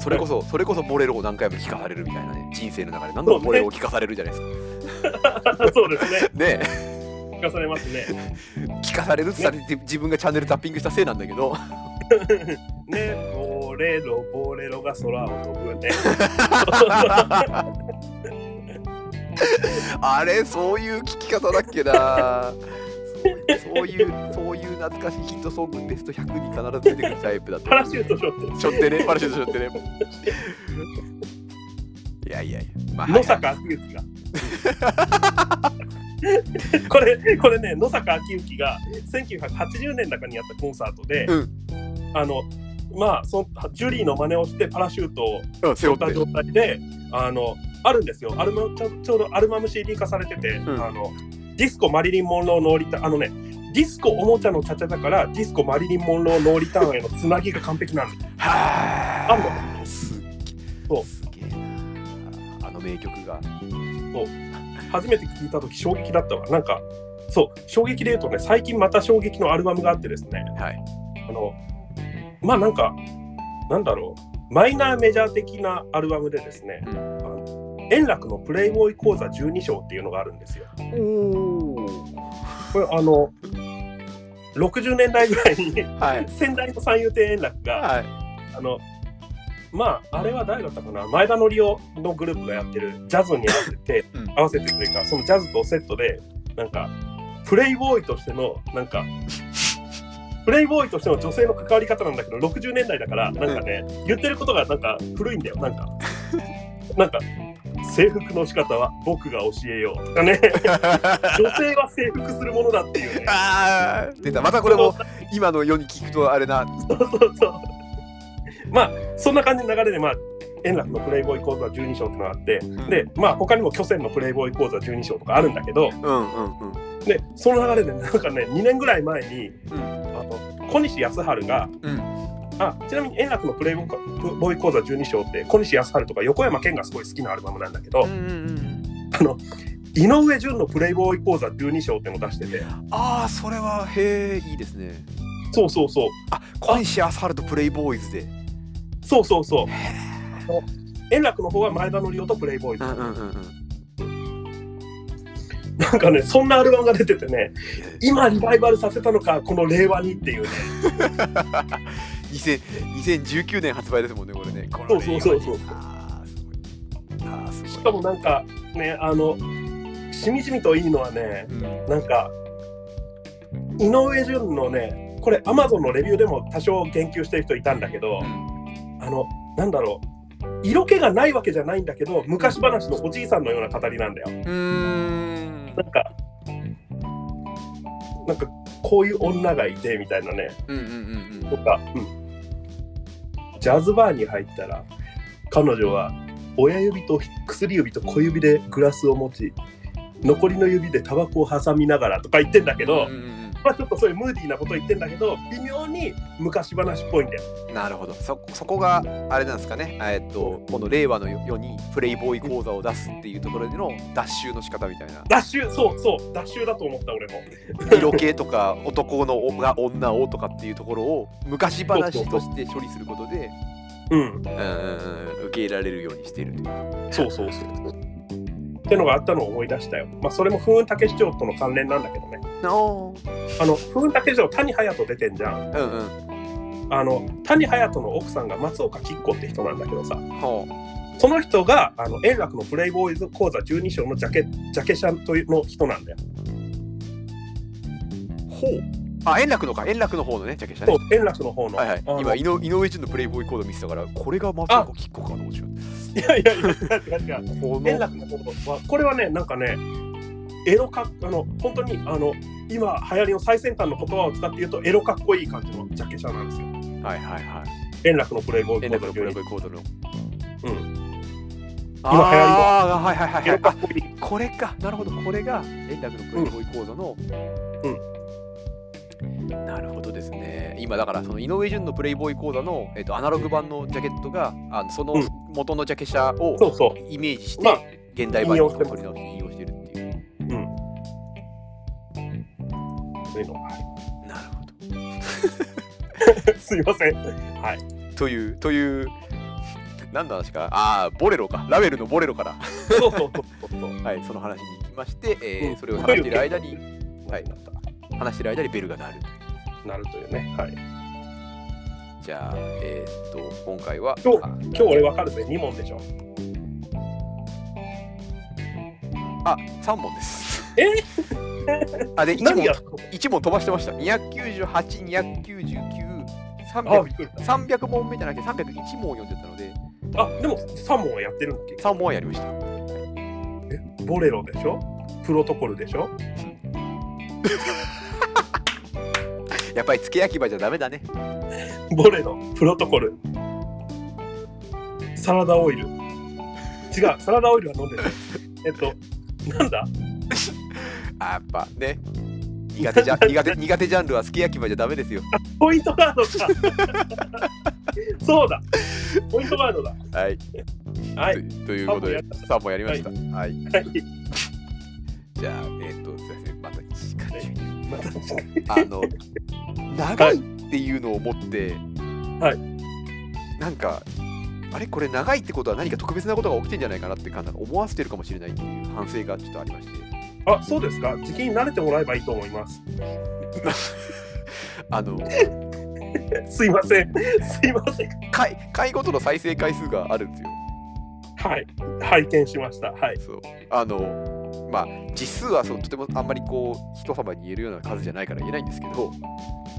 A: それこそそれこそボレロを何回も聞かされるみたいなね人生の中で何度もボレロを聞かされるじゃないですか
B: そうですね。
A: ね
B: 聞かされますね。
A: 聞かされるってされて自分がチャンネルタッピングしたせいなんだけど
B: ね、ボレロ、ボレロが空を飛ぶね。
A: あれそういう聞き方だっけなそうそういうそういう懐かしいヒットソングベスト100に必ず出てくるタイプだった
B: パラシュートショッ
A: しょってねパラシュートしょってねいやいやいや、ま
B: ト。野坂昭之が。これ、これね、野坂昭之が1980年中にやったコンサートで、
A: うん
B: あの、まあそ、ジュリーの真似をしてパラシュートを
A: うん背負
B: 乗
A: っ
B: ってた状態で、あの、あるんですよ。アルバムちょちょうどアルバム CD 化されてて、
A: ん
B: あの、ディスコマリリン・モンローノーリターン、あのね、ディスコおもちゃのチャチャだから、ディスコマリリン・モンローノーリターンへのつなぎが完璧なんです。
A: はあすっげ
B: そ
A: え
B: う
A: すげえなあの名曲が
B: 初めて聞いた時衝撃だったわ。なんか、そう、衝撃で言うとね、最近また衝撃のアルバムがあってですね、
A: はい
B: あの、まあなんか、なんだろう、マイナーメジャー的なアルバムでですね、
A: うん
B: あの円楽のプレイボーイ講座12章っていうのがあるんですよ。
A: おお
B: これあの60年代ぐらいに
A: はい
B: 先代の三遊亭円楽が
A: は
B: あのまああれは誰だったかな前田紀夫のグループがやってるジャズに合わせて、
A: うん
B: 合わせてというかそのジャズとセットでなんかプレイボーイとしてのなんかプレイボーイとしての女性の関わり方なんだけど60年代だからなんかね、言ってることがなんか古いんだよなんかなんか制服の仕方は僕が教えようと かね
A: い
B: 女性は制服するものだっていうね
A: あ ー出たまたこれも今の世に聞くとあれな
B: そうそうそう。まあそんな感じの流れでまあ円楽のプレイボーイ講座12章ってのがあって、
A: ん
B: でまあ他にも巨泉のプレイボーイ講座12章とかあるんだけど
A: うんうんうん
B: でその流れでなんかね2年ぐらい前に、
A: うん
B: あの小西康晴が、
A: うん
B: あちなみに円楽のプレイボーイ講座12章って小西康晴とか横山健がすごい好きなアルバムなんだけど、
A: うんうんうん
B: 井上順のプレイボーイ講座12章ってのを出してて
A: ああそれはへえいいですね
B: そうそうそう
A: あ小西アスファルトプレイボーイズで
B: そうそうそう。あの円楽の方は前田のりおとプレイボーイ
A: う
B: ズ
A: んうんうん うん
B: なんかね、そんなアルバムが出ててね、今リバイバルさせたのか、この令和にっていうね、
A: 2000 2019年発売ですもんねこれねこ
B: そうそうそうそう
A: ああすごいあーすごい
B: しかもなんかね、あの、しみじみといいのはね、
A: うん
B: なんか、井上順のね、これ、アマゾンのレビューでも多少言及してる人いたんだけど、あの、なんだろう、色気がないわけじゃないんだけど昔話のおじいさんのような語りなんだよ。
A: うーん
B: なんかなんかこういう女がいてみたいなね
A: うんうんうん
B: とか、うん、ジャズバーに入ったら彼女は親指と薬指と小指でグラスを持ち残りの指でタバコを挟みながらとか言ってんだけど、
A: うんうん
B: まあ、ちょっとそういうムーディーなこと言ってんだけど微妙に昔話っぽいんだよ。
A: うんなるほどそそこがあれなんですかねえーっとこの令和の世にプレイボーイ講座を出すっていうところでの脱臭の仕方みたいな
B: 脱臭そうそう脱臭だと思った俺も。
A: 色気とか男の女女をとかっていうところを昔話として処理することで
B: うん
A: うんうんうん受け入れられるようにしているという
B: そうそうそう。ってのがあったのを思い出したよ。まあそれも風雲竹市長との関連なんだけどね。
A: お
B: あの風雲竹市長谷隼人出てんじゃん。
A: うんうん
B: あの谷隼人の奥さんが松岡吉子って人なんだけどさ。
A: ほ
B: その人があの円楽のプレイボーイズ講座12章のジャケジャケシャンというの人なんだよ。
A: うほうあ円楽のか円楽の方のねジャケした
B: そ
A: ね
B: う円楽の方の。
A: はいはい
B: あの
A: 今井上井上淳のプレイボーイコード見てたからこれが松岡吉子かどうしよう
B: いやいやいや違う違う違う。
A: こ
B: 円
A: の
B: 楽の方はこれはねなんかねエロかっあの本当にあの今流行りの最先端の言葉を使って言うとエロかっこいい感じのジャケシャンなんですよ。
A: はいはいはい
B: 円楽のプレイボーイ
A: 円
B: 講
A: 楽
B: 座
A: のプレイ
B: 12
A: ボーイコードの
B: うん、
A: あーはいはいはい
B: エ
A: は
B: ロ
A: い
B: か
A: あ
B: っこいい。
A: これかなるほどこれが円楽のプレイボーイコードの
B: う
A: なるほどですね今だからその井上順のプレイボーイ講座の、えっとアナログ版のジャケットがあのその
B: うん
A: 元のジャケ写を
B: そうそ
A: イメージして、
B: まあ
A: 現代版に
B: 引用してます
A: 取り直して引用してるっていう
B: う。うん。そういうの があ
A: なるほど
B: る。すいません。はい。
A: というという 何の話かああボレロかラベルのボレロから
B: そうそうそうそうそう。
A: はい、その話に行きまして、えー
B: うん
A: それを話している間に、は
B: はいい、なった
A: 話している間にベルが鳴る。
B: なるというね。はい。
A: じゃあ、えーっと、今回は、
B: 今日
A: あ
B: 今日俺わかるぜ。二問でしょ。
A: あ、3問です。
B: え
A: あ、で、1
B: 何
A: 問
B: や、
A: 一問飛ばしてました。298、299、
B: あ、
A: 300
B: びっくりし
A: 300問目じゃなくて301問を読んでたので、
B: た。あ、でも三問はやってるんだっけ。
A: 3問はやりました。
B: ボレロでしょプロトコルでしょ
A: やっぱり付け焼き場じゃダメだね。
B: ボレロプロトコルサラダオイル違うサラダオイルは飲ん でないえっとなんだ
A: あ、やっぱね。苦手じゃ苦手苦手ジャンルはすき焼き場じゃダメですよ。
B: ポイントガードか そうだポイントガードだ
A: はい。
B: はい
A: とということで、3問やりました。はい
B: はい
A: じゃあ、えっ、と、すいません、また1時間中に。
B: また次
A: あ
B: 回
A: の、長いっていうのを持って、
B: はい。
A: なんか、あれこれ長いってことは何か特別なことが起きてんじゃないかなって感じ思わせてるかもしれないっていう反省がちょっとありまして。
B: あそうですか時期に慣れてもらえばいいと思います
A: あの
B: すいません すいません
A: 回回ごとの再生回数があるんですよ。
B: はい拝見しましたはい
A: そうあのまあ実数はそうとてもあんまりこう人様に言えるような数じゃないから言えないんですけど、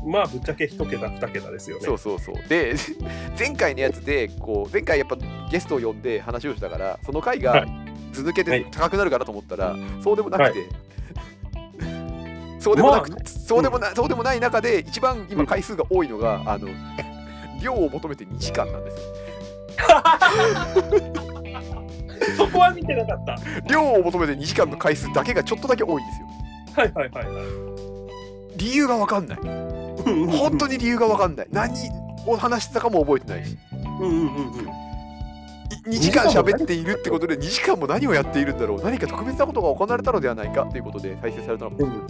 B: まあぶっちゃけ一桁二桁ですよね
A: そうそうそうで 前回のやつでこう前回やっぱゲストを呼んで話をしたからその回
B: は
A: が
B: い
A: 続け
B: は
A: て
B: い
A: 高くなるかなと思ったら、そうでもなくて、 そうでもなく、
B: ま
A: そうでもな、そうでもない中で一番今回数が多いのが、あの 量を求めて2時間なんですよ
B: そこは見てなかった
A: 量を求めて2時間の回数だけがちょっとだけ多いんですよ
B: はいはいはいはい
A: 理由が分かんない本当に理由が分かんない何を話してたかも覚えてないし
B: うんうんうんうん
A: 2時間喋っているってことで2時間も何をやっているんだろう何か特別なことが行われたのではないかということで再生されたのか
B: うん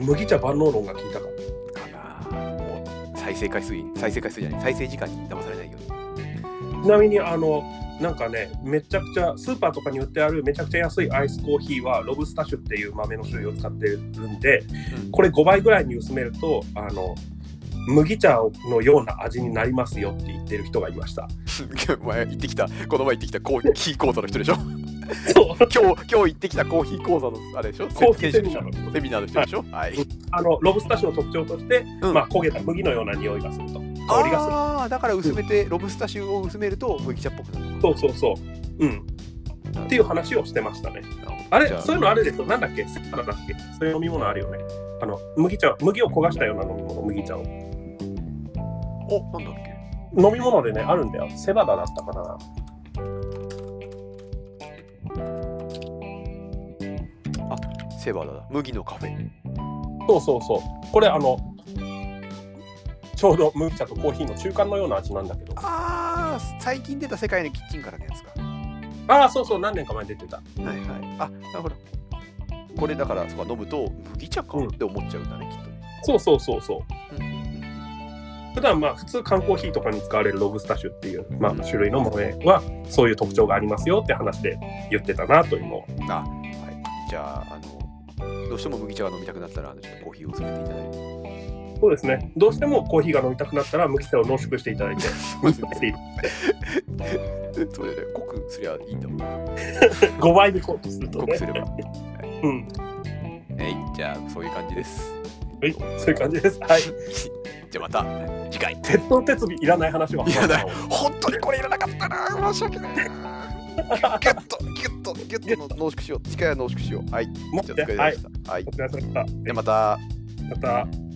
B: 麦茶万能論が聞いたか
A: なもう再生回数再生回数じゃない再生時間に騙されないように
B: ちなみにあのなんかねめちゃくちゃスーパーとかに売ってあるめちゃくちゃ安いアイスコーヒーはロブスタッシュっていう豆の種類を使ってるんで、
A: うん
B: これ5倍ぐらいに薄めるとあの麦茶のような味になりますよって言ってる人がいました。
A: お前行ってきたこの前行ってきたコーヒー講座の人でしょ 今
B: そう
A: 日今日行ってきたコーヒー講座のあれでしょ
B: コーヒー
A: セ
B: セ
A: ミ
B: ミ
A: ナ
B: ナ
A: ー
B: ー
A: の
B: の
A: 人でしょはい、
B: あのロブスタッシュの特徴として、
A: うん
B: まあ、焦げた麦のような匂いがすると。香りがする。
A: ああ、だから薄めて、ロブスター臭を薄めると麦茶っぽくなるのか
B: そうそうそう。うん。っていう話をしてました
A: な
B: ね。
A: るほど
B: あれ
A: じゃ
B: そういうのあれですよ。なんだっけセパラだっけそういう飲み物あるよね。あの、麦茶、麦を焦がしたような飲み物、麦茶を。
A: お、なんだっけ
B: 飲み物でね、あるんだよ。セバダだったかな。
A: セバダだ。麦のカフェ。
B: そうそうそう。これ、あの、ちょうど麦茶とコーヒーの中間のような味なんだけど。
A: ああ、最近出た世界のキッチンからのやつか。
B: ああ、そうそう、何年か前に出てた。
A: はいはい。あ、なるほど。これだから、そうか飲むと麦茶か
B: うん
A: って思っちゃうんだね、きっとね。
B: そうそうそうそう。
A: うん
B: 普段まあ普通缶コーヒーとかに使われるロブスタ種っていう、まあ、種類の豆はそういう特徴がありますよって話で言ってたなというのを
A: あ、はい。じゃあ、あの、どうしても麦茶が飲みたくなったら、あのちょっとコーヒーを薄めていただいて。
B: そうですねどうしてもコーヒーが飲みたくなったら麦茶を濃縮していただい て
A: そうだよね。濃くすりゃいいんだもん。
B: 5倍にコートすると
A: 濃く
B: ね
A: す、れば。
B: うん
A: はい、じゃあ、そういう感じです。
B: はい、そういう感じですはい
A: じゃあまた次回。
B: 鉄道鉄尾いらない 話はい
A: らない本当にこれいらなかったな。申し訳ないな。ギュッとギュッとギュッとの濃縮しよう。力を濃縮しよう。はい。じ
B: 持
A: ゃあ
B: っ
A: お
B: て
A: 疲れ様
B: は
A: で
B: い
A: した。はい。
B: お
A: じ
B: 疲れ様でした
A: ゃあまた。
B: また